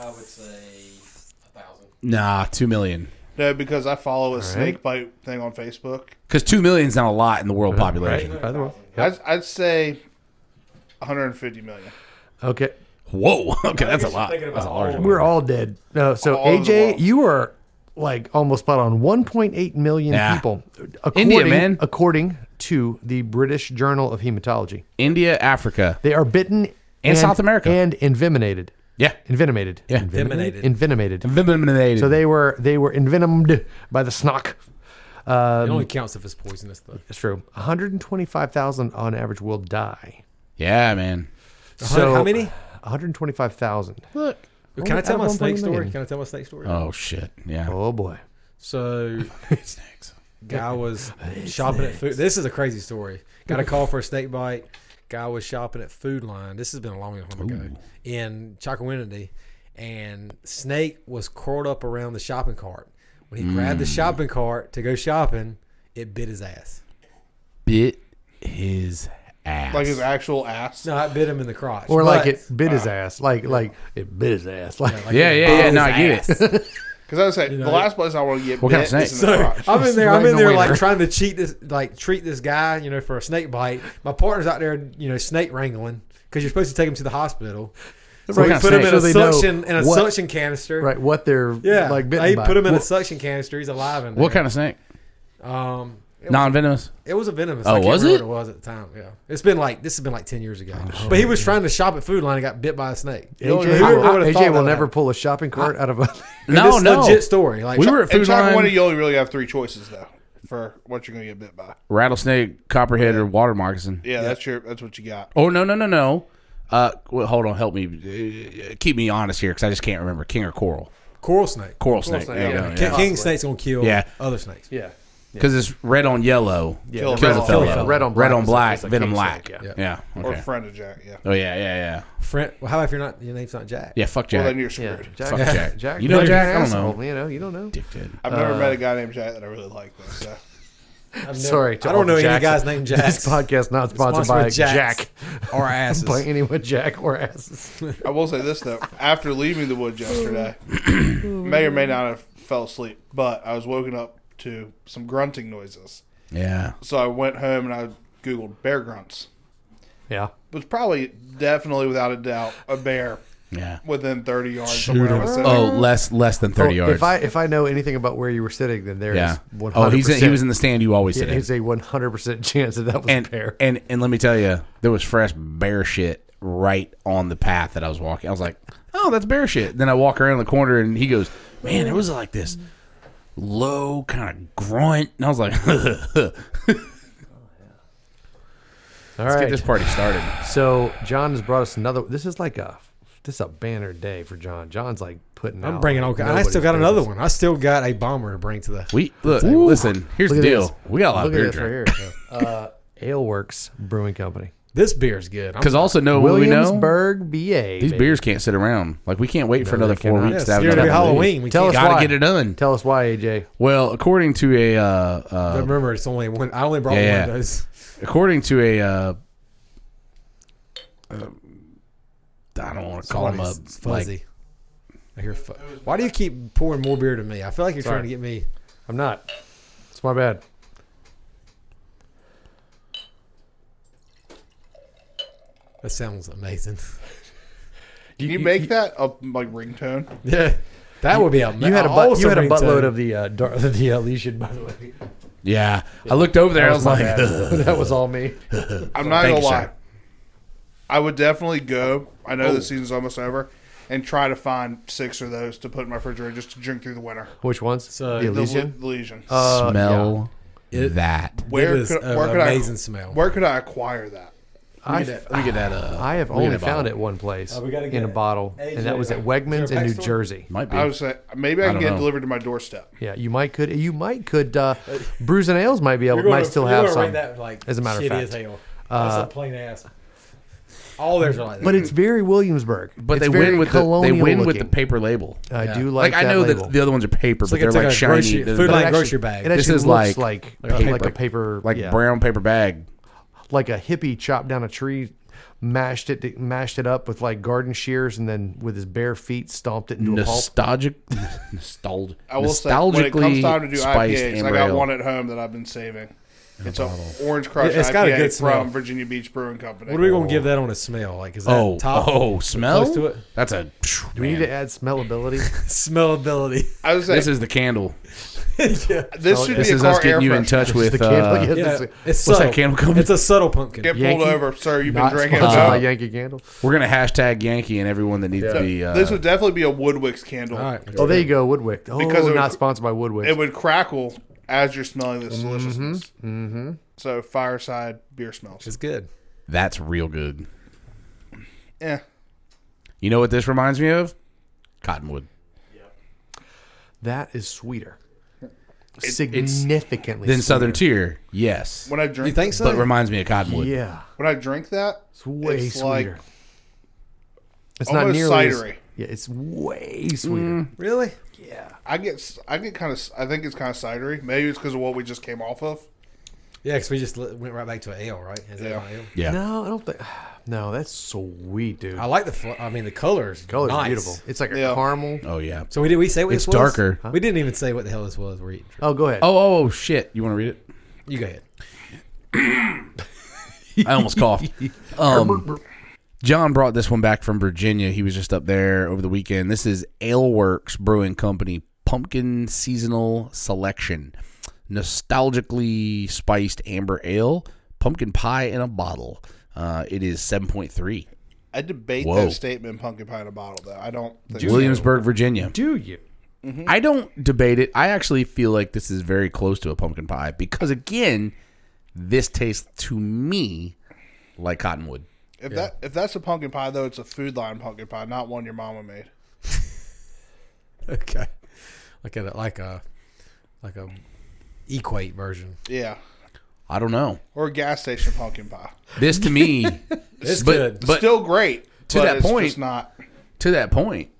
Speaker 6: I would say a thousand.
Speaker 3: Nah, two million.
Speaker 4: No, because I follow a snake bite thing on Facebook.
Speaker 3: Because two million's not a lot in the world
Speaker 5: Uh-huh. Right.
Speaker 3: population.
Speaker 5: By the way.
Speaker 4: I'd, I'd say 150 million.
Speaker 5: Okay.
Speaker 3: Whoa. Okay, that's a
Speaker 6: you're
Speaker 3: lot.
Speaker 6: thinking
Speaker 3: That's a
Speaker 6: about
Speaker 3: large.
Speaker 6: all-
Speaker 3: amount.
Speaker 5: We're all dead. No, so
Speaker 4: All over the
Speaker 5: AJ,
Speaker 4: world.
Speaker 5: you are like almost spot on 1.8 million
Speaker 3: Yeah.
Speaker 5: people. According,
Speaker 3: India, man.
Speaker 5: According to the British Journal of Hematology.
Speaker 3: India, Africa.
Speaker 5: They are bitten
Speaker 3: South America.
Speaker 5: and envenomated,
Speaker 3: Yeah.
Speaker 5: envenomated,
Speaker 3: Yeah.
Speaker 2: Envenomated.
Speaker 5: envenomated, envenomated.
Speaker 3: Envenomated.
Speaker 5: So they were they were envenomed by the snock.
Speaker 2: it only counts if it's poisonous though.
Speaker 5: That's true. 125,000 on average will die.
Speaker 3: Yeah, man.
Speaker 5: So
Speaker 2: how many?
Speaker 5: 125,000.
Speaker 3: Look.
Speaker 2: Can I tell my
Speaker 5: Only
Speaker 2: snake
Speaker 5: 1.8
Speaker 2: story?
Speaker 5: million.
Speaker 2: Can I tell my snake story?
Speaker 3: Oh shit. Yeah.
Speaker 5: Oh boy.
Speaker 2: So,
Speaker 3: Snakes.
Speaker 2: guy was shopping at food. This is a crazy story. Got a call for a snake bite. Guy was shopping at Food Line. This has been a long time ago in Chocowinity, and snake was curled up around the shopping cart. When he grabbed
Speaker 5: Mm.
Speaker 2: the shopping cart to go shopping, it bit his ass.
Speaker 3: Bit his ass.
Speaker 4: Like his actual ass.
Speaker 2: No, it bit him in the crotch.
Speaker 5: Or like
Speaker 2: but-
Speaker 5: it bit his ass. Like like it bit his ass. Like,
Speaker 3: Yeah, yeah, yeah. No, I get it.
Speaker 4: Because I would say the last place I want to get
Speaker 3: What
Speaker 4: bit
Speaker 3: kind of
Speaker 4: is in
Speaker 3: snake?
Speaker 4: the
Speaker 2: So
Speaker 4: crotch.
Speaker 2: I'm in there. I'm
Speaker 5: Right
Speaker 2: in
Speaker 5: in
Speaker 2: there
Speaker 5: the
Speaker 2: like
Speaker 5: winter.
Speaker 2: trying to cheat this, like treat this guy, you know, for a snake bite. My partner's out there, you know, snake wrangling because you're supposed to take him to the hospital. So
Speaker 5: Right,
Speaker 2: we put him in
Speaker 5: so
Speaker 2: a
Speaker 5: they know
Speaker 2: suction in a
Speaker 5: what-
Speaker 2: suction canister.
Speaker 5: right. What they're
Speaker 2: Yeah.
Speaker 5: like
Speaker 2: they
Speaker 5: bitten by.
Speaker 2: put him in
Speaker 5: Well,
Speaker 2: a suction canister. He's alive in there.
Speaker 3: What kind of snake?
Speaker 2: Um,
Speaker 3: Non venomous.
Speaker 2: It was a venomous.
Speaker 3: Oh,
Speaker 2: I can't
Speaker 3: was
Speaker 2: remember
Speaker 3: it?
Speaker 2: What it was at the time. Yeah, it's been like this has been like ten years ago.
Speaker 5: Oh,
Speaker 2: but he was trying to shop at Food Line and got bit by a snake.
Speaker 5: AJ,
Speaker 2: Who ever
Speaker 5: will,
Speaker 2: would've
Speaker 5: AJ
Speaker 2: thought that
Speaker 5: will
Speaker 2: would
Speaker 5: never
Speaker 2: happen?
Speaker 5: pull a shopping cart out of a.
Speaker 3: No,
Speaker 2: this
Speaker 3: no.
Speaker 2: legit story. Like
Speaker 3: we were at
Speaker 4: And
Speaker 3: Food
Speaker 4: chocolate one,
Speaker 3: Line.
Speaker 4: you only really have three choices though for what you're gonna get bit by.
Speaker 3: Rattlesnake, copperhead, or water moccasin.
Speaker 4: Yeah, that's your that's what you got.
Speaker 3: Oh no no no no. Uh, well, hold on, help me. Uh, Keep me honest here, because I just can't remember. King or coral?
Speaker 2: coral snake.
Speaker 3: Coral snake. there you
Speaker 2: Yeah.
Speaker 3: go,
Speaker 2: King-
Speaker 3: yeah.
Speaker 2: King snake's gonna kill
Speaker 3: Yeah.
Speaker 2: other snakes.
Speaker 5: yeah.
Speaker 3: Because it's red on yellow.
Speaker 4: Kill
Speaker 3: Kills
Speaker 4: them
Speaker 3: a
Speaker 4: all.
Speaker 3: fellow.
Speaker 5: Kill a fellow. Red on
Speaker 3: red
Speaker 5: black
Speaker 3: on
Speaker 5: is a-
Speaker 3: black.
Speaker 5: is a
Speaker 3: venom
Speaker 5: king
Speaker 3: black.
Speaker 5: snake,
Speaker 3: Yeah. Yeah.
Speaker 4: Or
Speaker 3: Okay.
Speaker 4: friend of Jack, yeah.
Speaker 3: oh yeah, yeah, yeah.
Speaker 2: Friend, well, how about if you're not your name's not Jack?
Speaker 3: Yeah. Fuck
Speaker 4: Well,
Speaker 3: Jack.
Speaker 4: then you're
Speaker 5: Yeah,
Speaker 4: screwed.
Speaker 5: Jack,
Speaker 3: Fuck Jack.
Speaker 5: Jack.
Speaker 3: You know
Speaker 5: Jack's
Speaker 3: Jack?
Speaker 5: an
Speaker 3: I don't
Speaker 5: asshole,
Speaker 3: know.
Speaker 5: You know, you don't know.
Speaker 3: Dickhead.
Speaker 4: I've
Speaker 5: Uh,
Speaker 4: never met a guy named Jack that I really like. Though, so.
Speaker 2: I've never-
Speaker 5: Sorry, to
Speaker 2: I
Speaker 5: all
Speaker 2: don't
Speaker 5: the
Speaker 2: know any
Speaker 5: Jacks.
Speaker 2: guys named Jack.
Speaker 5: This podcast not sponsored,
Speaker 2: Sponsored
Speaker 5: by
Speaker 2: by Jacks.
Speaker 5: Jack
Speaker 2: or
Speaker 5: by
Speaker 2: asses.
Speaker 5: anyone Jack or asses.
Speaker 4: I will say this though: after leaving the woods yesterday, may or may not have fell asleep, but I was woken up to some grunting noises.
Speaker 3: Yeah.
Speaker 4: So I went home and I googled bear grunts.
Speaker 5: Yeah.
Speaker 4: It was probably definitely without a doubt a bear
Speaker 3: Yeah.
Speaker 4: within 30 yards of where I was sitting.
Speaker 3: Oh, less less than thirty
Speaker 5: Oh,
Speaker 3: yards.
Speaker 5: If I if I know anything about where you were sitting, then there is
Speaker 3: yeah.
Speaker 5: 100%.
Speaker 3: Oh, he's in, he was in the stand you always
Speaker 5: Yeah,
Speaker 3: sit in.
Speaker 5: it's a 100% chance that that was
Speaker 3: and,
Speaker 5: a pair.
Speaker 3: And and let me tell you, there was fresh bear shit right on the path that I was walking. I was like, oh, that's bear shit. Then I walk around the corner and he goes, man, it was like this low kind of grunt, and I was like, let's
Speaker 5: All right.
Speaker 3: get this party started.
Speaker 5: So John has brought us another. This is like a this is a banner day for John. John's like putting.
Speaker 2: I'm
Speaker 5: out
Speaker 2: bringing all kinds. I still got
Speaker 5: nobody's
Speaker 2: another
Speaker 5: business.
Speaker 2: one. I still got a bomber to bring to the.
Speaker 3: We look,
Speaker 5: Ooh.
Speaker 3: listen. Here's
Speaker 5: Look
Speaker 3: the
Speaker 5: at
Speaker 3: deal:
Speaker 5: this.
Speaker 3: we got a lot
Speaker 5: Look
Speaker 3: of beer
Speaker 5: at this
Speaker 3: drink.
Speaker 5: right here. uh, Aleworks Brewing Company,
Speaker 2: This beer's good. I'm-
Speaker 3: Because also know what we know
Speaker 5: Williamsburg, BA.
Speaker 3: these
Speaker 5: baby.
Speaker 3: beers can't sit around. Like we can't wait for
Speaker 5: No,
Speaker 3: another
Speaker 5: they
Speaker 3: four
Speaker 5: cannot.
Speaker 3: weeks
Speaker 2: Yes,
Speaker 3: to
Speaker 2: you're
Speaker 3: have
Speaker 2: gonna be
Speaker 3: another
Speaker 2: Halloween. We
Speaker 5: Tell
Speaker 2: can't-
Speaker 5: us
Speaker 3: Got
Speaker 5: why.
Speaker 3: to get it done.
Speaker 5: Tell us why, AJ.
Speaker 3: Well, according to a uh, uh,
Speaker 2: But remember, it's only one. I only brought
Speaker 3: Yeah, yeah.
Speaker 2: one of those.
Speaker 3: according to a uh, uh, I don't want to call him a
Speaker 2: Somebody's
Speaker 3: like,
Speaker 2: fuzzy. I hear. Fu- Why do you keep pouring more beer to me? I feel like you're
Speaker 5: Sorry.
Speaker 2: trying to get me.
Speaker 5: I'm not. It's my bad.
Speaker 2: That sounds amazing.
Speaker 4: Can you make that a like ringtone?
Speaker 2: Yeah, that would be a.
Speaker 5: You had a butt, you had a buttload of the uh, dar- the uh, Elysian, by the way.
Speaker 3: yeah. I looked over there. I was
Speaker 5: my
Speaker 3: like, uh,
Speaker 5: bad. that was all me.
Speaker 4: I'm not
Speaker 3: Thank
Speaker 4: gonna
Speaker 3: you,
Speaker 4: lie.
Speaker 3: sir.
Speaker 4: I would definitely go. I know the season's almost over, and try to find six of those to put in my refrigerator just to drink through the winter.
Speaker 5: Which ones?
Speaker 2: So,
Speaker 5: the
Speaker 2: the
Speaker 5: Elysian.
Speaker 4: The Legion.
Speaker 5: Uh,
Speaker 3: smell that.
Speaker 4: where
Speaker 2: It is
Speaker 4: could,
Speaker 2: an
Speaker 4: where could
Speaker 2: amazing
Speaker 4: I,
Speaker 2: smell.
Speaker 4: Where could I acquire that?
Speaker 5: I,
Speaker 3: We get that. Uh,
Speaker 5: I have
Speaker 3: we get
Speaker 5: only
Speaker 3: a bottle.
Speaker 5: found it one place
Speaker 2: Oh, we gotta
Speaker 5: in
Speaker 2: get
Speaker 5: a
Speaker 2: it.
Speaker 5: bottle, and that was at Wegmans
Speaker 2: Is there
Speaker 5: in
Speaker 2: a
Speaker 5: New
Speaker 2: backstory?
Speaker 5: Jersey.
Speaker 3: Might be.
Speaker 4: I uh, would say maybe I
Speaker 3: I
Speaker 4: can
Speaker 3: don't
Speaker 4: get
Speaker 3: know.
Speaker 4: it delivered to my doorstep.
Speaker 5: Yeah, you might could you might could uh, Brews and Ales might be able might still have some.
Speaker 2: like,
Speaker 5: as a matter of
Speaker 2: shitty as
Speaker 5: fact. Uh,
Speaker 2: hell. That's a plain ass. All theirs are like that.
Speaker 5: But it's very Williamsburg.
Speaker 3: but
Speaker 5: It's
Speaker 3: they
Speaker 5: very
Speaker 3: win with the they
Speaker 5: colonial
Speaker 3: win with the
Speaker 5: looking.
Speaker 3: paper label.
Speaker 5: I
Speaker 2: Yeah.
Speaker 5: do like.
Speaker 3: Like, I
Speaker 5: that
Speaker 3: know
Speaker 5: label.
Speaker 3: that the other ones are paper,
Speaker 2: like
Speaker 3: but
Speaker 2: it's
Speaker 3: they're
Speaker 2: like
Speaker 3: like
Speaker 2: a
Speaker 3: shiny.
Speaker 2: grocery-
Speaker 3: They're-
Speaker 2: food
Speaker 5: But
Speaker 3: they're
Speaker 5: it
Speaker 2: like
Speaker 5: actually-
Speaker 2: grocery bag.
Speaker 5: It
Speaker 3: This
Speaker 5: actually
Speaker 3: is
Speaker 5: looks
Speaker 3: like-
Speaker 5: like
Speaker 3: like a
Speaker 5: pa- like a paper
Speaker 3: paper- like
Speaker 5: yeah.
Speaker 3: brown paper bag.
Speaker 5: like a hippie chopped down a tree, mashed it mashed it up with like garden shears, and then with his bare feet stomped it into a pulp.
Speaker 3: Nostalgic, nostalgic.
Speaker 4: I will say when it comes time to do IPAs, I got one at home that I've been saving. It's a orange crush
Speaker 2: Yeah, it's
Speaker 4: IPA
Speaker 2: got a good
Speaker 4: from
Speaker 2: smell.
Speaker 4: Virginia Beach Brewing Company.
Speaker 2: what are we gonna give that on a smell? Like is that
Speaker 3: Oh,
Speaker 2: top
Speaker 3: oh, smell.
Speaker 2: to it?
Speaker 3: That's a.
Speaker 5: Do we need to add smellability?
Speaker 2: smellability?
Speaker 4: I was
Speaker 3: This
Speaker 4: this,
Speaker 3: is the candle.
Speaker 4: this should
Speaker 3: This
Speaker 4: be a
Speaker 3: is
Speaker 4: car
Speaker 3: us
Speaker 4: air
Speaker 3: getting you in
Speaker 4: freshener.
Speaker 3: touch with
Speaker 5: the candle.
Speaker 3: uh,
Speaker 2: Yeah,
Speaker 5: yeah, this is-
Speaker 2: it's
Speaker 3: what's
Speaker 2: subtle.
Speaker 3: that candle company?
Speaker 2: It's a subtle pumpkin.
Speaker 4: Get
Speaker 5: Yankee?
Speaker 4: pulled over, sir. You've been
Speaker 5: Not
Speaker 4: drinking.
Speaker 5: sponsored Oh,
Speaker 4: about-
Speaker 5: by Yankee Candle.
Speaker 3: We're gonna hashtag Yankee and everyone that needs to be. Uh,
Speaker 4: this would definitely be a Woodwicks candle.
Speaker 2: All right.
Speaker 5: Oh, there you go, Woodwick. Oh,
Speaker 4: Because it would-
Speaker 5: not sponsored by Woodwick.
Speaker 4: It would crackle as you're smelling this deliciousness. Mm-hmm. So fireside beer smells.
Speaker 2: It's good.
Speaker 3: that's real good.
Speaker 4: Eh.
Speaker 3: You know what this reminds me of? Cottonwood.
Speaker 5: that is sweeter, significantly.
Speaker 3: Then
Speaker 5: sweeter.
Speaker 3: Southern Tier, yes,
Speaker 4: When I drink,
Speaker 2: You think so?
Speaker 3: but reminds me of Cottonwood.
Speaker 5: Yeah,
Speaker 4: When I drink that,
Speaker 5: it's way
Speaker 4: It's like
Speaker 5: sweeter. it's not
Speaker 4: almost
Speaker 5: nearly As,
Speaker 4: cidery. Mm.
Speaker 5: yeah, it's way sweeter.
Speaker 2: really?
Speaker 4: I get, s- I get kind of, I think it's kind of cidery. Maybe it's because of what we just came off of.
Speaker 2: Yeah, because we just li- went right back to an ale, right? Is that
Speaker 4: Yeah.
Speaker 2: an ale?
Speaker 3: Yeah.
Speaker 5: No, I don't think. No, that's sweet, dude.
Speaker 2: I like the. Fl- I mean, the colors.
Speaker 5: Color's
Speaker 2: nice.
Speaker 5: beautiful. It's like a
Speaker 4: Yeah.
Speaker 5: caramel.
Speaker 3: Oh yeah.
Speaker 2: So we did we say what
Speaker 3: It's
Speaker 2: this was?
Speaker 3: darker. Huh?
Speaker 2: We didn't even say what the hell this was. We're eating.
Speaker 5: Oh, go ahead.
Speaker 3: Oh, oh, oh shit! You want to read it?
Speaker 2: You go ahead.
Speaker 3: I almost coughed. Um, John brought this one back from Virginia. He was just up there over the weekend. This is Aleworks Brewing Company Pumpkin Seasonal Selection. nostalgically spiced amber ale, pumpkin pie in a bottle. Uh, it is 7.3.
Speaker 4: I debate
Speaker 3: Whoa.
Speaker 4: that statement, pumpkin pie in a bottle, though. I don't think
Speaker 3: Williamsburg, Virginia.
Speaker 1: Do you?
Speaker 3: I don't debate it. I actually feel like this is very close to a pumpkin pie because, again, this tastes to me like cottonwood.
Speaker 4: If that if that's a pumpkin pie though, it's a food line pumpkin pie, not one your mama made.
Speaker 2: Okay. Look at it like a like a equate version.
Speaker 4: Yeah,
Speaker 3: I don't know.
Speaker 4: or a gas station pumpkin pie.
Speaker 3: This to me,
Speaker 2: It's
Speaker 3: but,
Speaker 2: good.
Speaker 3: But
Speaker 4: Still great.
Speaker 3: To
Speaker 4: but
Speaker 3: that
Speaker 4: it's
Speaker 3: point-
Speaker 4: just not.
Speaker 3: to that point,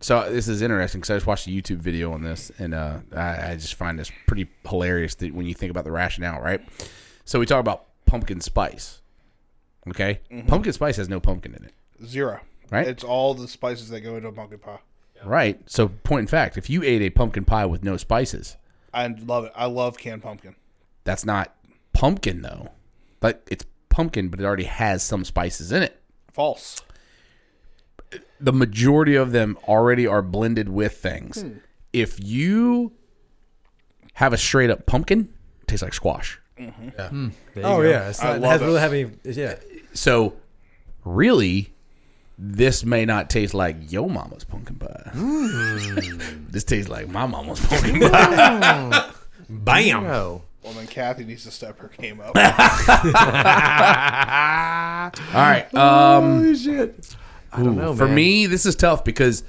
Speaker 3: so this is interesting because I just watched a YouTube video on this, and uh, I, I just find this pretty hilarious that when you think about the rationale, right? So we talk about pumpkin spice, okay?
Speaker 2: Mm-hmm.
Speaker 3: Pumpkin spice has no pumpkin in it,
Speaker 4: Zero.
Speaker 3: Right.
Speaker 4: It's all the spices that go into a pumpkin pie.
Speaker 3: right? So point in fact, if you ate a pumpkin pie with no spices,
Speaker 4: I love it. I love canned pumpkin.
Speaker 3: that's not pumpkin though, but it's pumpkin, but it already has some spices in it.
Speaker 4: False.
Speaker 3: the majority of them already are blended with things.
Speaker 2: Hmm.
Speaker 3: If you have a straight up pumpkin, it tastes like squash.
Speaker 2: Oh yeah, it's not,
Speaker 4: I
Speaker 2: it
Speaker 4: love
Speaker 2: hasn't
Speaker 4: it.
Speaker 2: really have any. Yeah,
Speaker 3: So really, this may not taste like yo mama's pumpkin pie.
Speaker 2: Hmm.
Speaker 3: this tastes like my mama's pumpkin pie.
Speaker 2: bam.
Speaker 5: No.
Speaker 4: Well, then Kathy needs to step her game up.
Speaker 3: All right. Um,
Speaker 5: I don't know.
Speaker 3: For
Speaker 5: man.
Speaker 3: me, this is tough because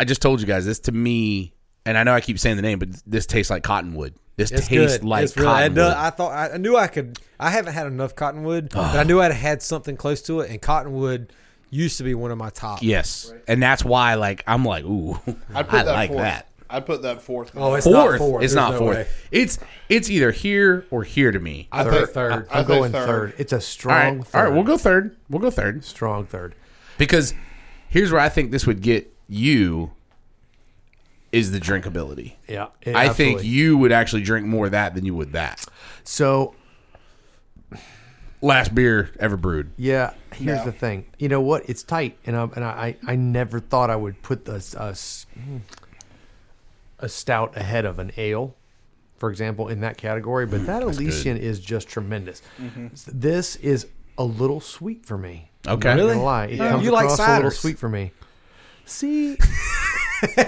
Speaker 3: I just told you guys this to me, and I know I keep saying the name, but this tastes like cottonwood. This
Speaker 2: It's
Speaker 3: tastes
Speaker 2: good.
Speaker 3: like
Speaker 2: it's really, I,
Speaker 3: cottonwood.
Speaker 2: do- I thought I I knew I could. I haven't had enough cottonwood, but I knew I'd had something close to it. And cottonwood used to be one of my top.
Speaker 3: Yes, and that's why like I'm like ooh, I, like
Speaker 4: fourth.
Speaker 3: that.
Speaker 4: I put that fourth.
Speaker 2: Oh, it's
Speaker 3: Fourth,
Speaker 2: not fourth.
Speaker 3: it's
Speaker 2: There's
Speaker 3: not
Speaker 2: no
Speaker 3: fourth.
Speaker 2: way.
Speaker 3: It's it's either here or here to me.
Speaker 2: I
Speaker 5: Third.
Speaker 2: think third.
Speaker 4: I
Speaker 5: I'm
Speaker 4: think
Speaker 5: going third.
Speaker 4: third.
Speaker 5: It's a
Speaker 3: all
Speaker 5: strong
Speaker 3: right,
Speaker 5: third.
Speaker 3: all right, we'll go third. We'll go third
Speaker 5: strong third.
Speaker 3: because here's where I think this would get you is the drinkability.
Speaker 5: Yeah,
Speaker 3: I think you would actually drink more of that than you would that
Speaker 5: so.
Speaker 3: last beer ever brewed.
Speaker 5: Yeah, here's
Speaker 4: No.
Speaker 5: the thing. You know what? It's tight, and I and I, I never thought I would put a, s- a s- a stout ahead of an ale, for example, in that category.
Speaker 3: Mm,
Speaker 5: But that Elysian is just tremendous. S- This is a little sweet for me.
Speaker 3: Okay,
Speaker 5: I'm not gonna lie, it
Speaker 2: Yeah.
Speaker 5: comes
Speaker 2: Oh. You like
Speaker 5: across a little
Speaker 2: ciders.
Speaker 5: sweet for me. See,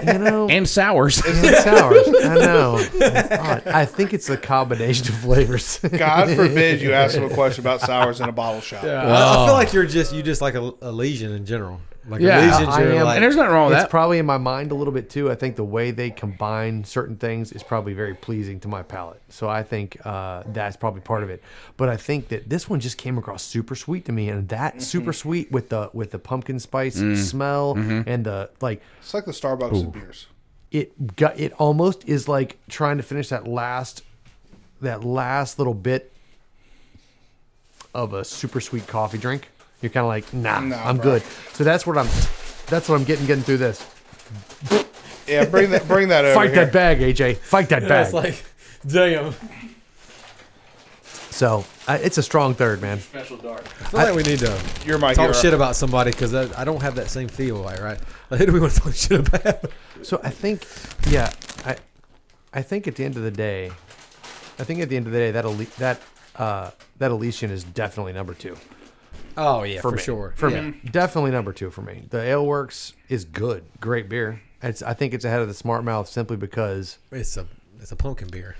Speaker 5: you know,
Speaker 3: and sours.
Speaker 5: and sours. I know. It's odd. I think it's a combination of flavors.
Speaker 4: God forbid you ask him a question about sours in a bottle shop.
Speaker 2: I, I feel like you're just you just like a, a legion in general. Like
Speaker 3: Yeah,
Speaker 2: a legion,
Speaker 5: I
Speaker 2: you're
Speaker 5: am-
Speaker 2: like
Speaker 3: and there's nothing wrong with
Speaker 5: it's
Speaker 3: that.
Speaker 5: probably in my mind a little bit too. I think the way they combine certain things is probably very pleasing to my palate. So I think uh, that's probably part of it. But I think that this one just came across super sweet to me, and that super sweet with the with the pumpkin spice
Speaker 3: Mm.
Speaker 5: smell
Speaker 3: Mm-hmm.
Speaker 5: and the like.
Speaker 4: It's like the Starbucks and beers.
Speaker 5: It got it almost is like trying to finish that last that last little bit of a super sweet coffee drink. You're kind of like, nah,
Speaker 4: Nah,
Speaker 5: I'm
Speaker 4: bro.
Speaker 5: good. So that's what I'm. That's what I'm getting getting through this.
Speaker 4: Yeah, bring that bring that over
Speaker 5: Fight
Speaker 4: here.
Speaker 5: that bag, AJ. Fight that
Speaker 2: it's
Speaker 5: bag.
Speaker 2: like damn.
Speaker 5: so I, it's a strong third, man.
Speaker 4: Special dark.
Speaker 2: I feel like we need to
Speaker 4: You're my
Speaker 2: talk
Speaker 4: hero.
Speaker 2: shit about somebody because I, I don't have that same feel. Like right, like, who do we want to talk shit about?
Speaker 5: So I think, yeah, I, I think at the end of the day, I think at the end of the day that Ele- that uh, that Elysian is definitely number two
Speaker 2: Oh yeah, for,
Speaker 5: me.
Speaker 2: sure.
Speaker 5: For
Speaker 2: Yeah.
Speaker 5: me, definitely number two for me. The Ale Works is good, great beer. It's I think it's ahead of the Smart Mouth simply because
Speaker 2: it's a it's a pumpkin beer.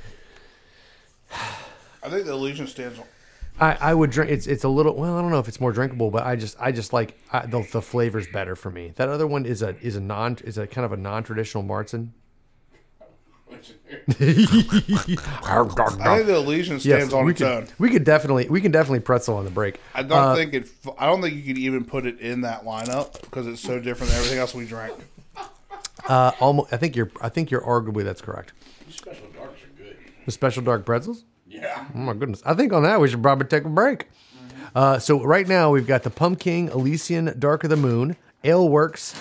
Speaker 4: I think the Legion stands. on-
Speaker 5: I, I would drink. It's it's a little. Well, I don't know if it's more drinkable, but I just I just like I, the the flavors better for me. That other one is a is a non is a kind of a non traditional Martzen.
Speaker 4: I think the Legion stands on
Speaker 5: we
Speaker 4: its
Speaker 5: could,
Speaker 4: own.
Speaker 5: We could definitely we can definitely pretzel on the break.
Speaker 4: I don't
Speaker 5: Uh,
Speaker 4: think it. I don't think you could even put it in that lineup because it's so different than everything else we drank.
Speaker 5: Uh, almost, I think you're I think you're arguably that's correct.
Speaker 6: Special darks are good.
Speaker 5: The special dark pretzels.
Speaker 6: Yeah. Mm-hmm.
Speaker 5: Oh my goodness! I think on that we should probably take a break. Uh, so right now we've got the Pumpkin Elysian Dark of the Moon Ale Works.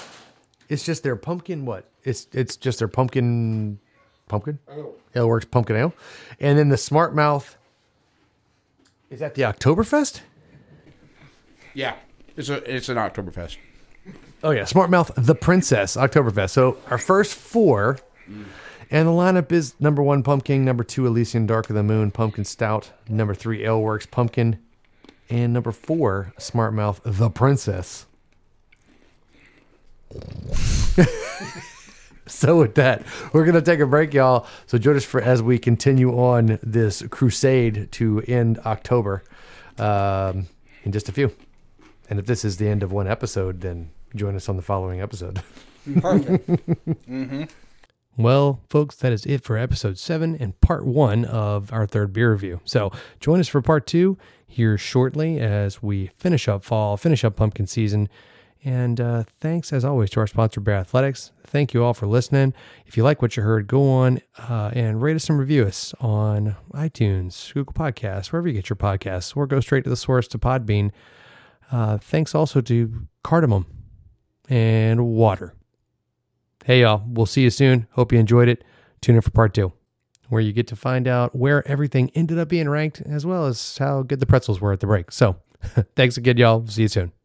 Speaker 5: It's just their pumpkin. What? It's it's just their pumpkin pumpkin Ale Works pumpkin ale, and then the Smart Mouth. Is that the Oktoberfest?
Speaker 3: Yeah, it's a it's an Oktoberfest.
Speaker 5: Oh yeah, Smart Mouth, the Princess, Oktoberfest. So our first four, And the lineup is number one pumpkin, number two Elysian Dark of the Moon pumpkin stout, number three Ale Works pumpkin, and number four Smart Mouth the Princess. so with that, we're gonna take a break, y'all. So join us for as we continue on this crusade to end October um, in just a few. And if this is the end of one episode, then join us on the following episode.
Speaker 2: Perfect.
Speaker 1: Well, folks, that is it for episode seven and part one of our third beer review. So join us for part two here shortly as we finish up fall, finish up pumpkin season. And uh, thanks, as always, to our sponsor, Bear Athletics. Thank you all for listening. If you like what you heard, go on uh, and rate us and review us on iTunes, Google Podcasts, wherever you get your podcasts, or go straight to the source to Podbean. Uh, thanks also to Cardamom and Water. Hey, y'all. We'll see you soon. Hope you enjoyed it. Tune in for part two, where you get to find out where everything ended up being ranked, as well as how good the pretzels were at the break. So, thanks again, y'all. See you soon.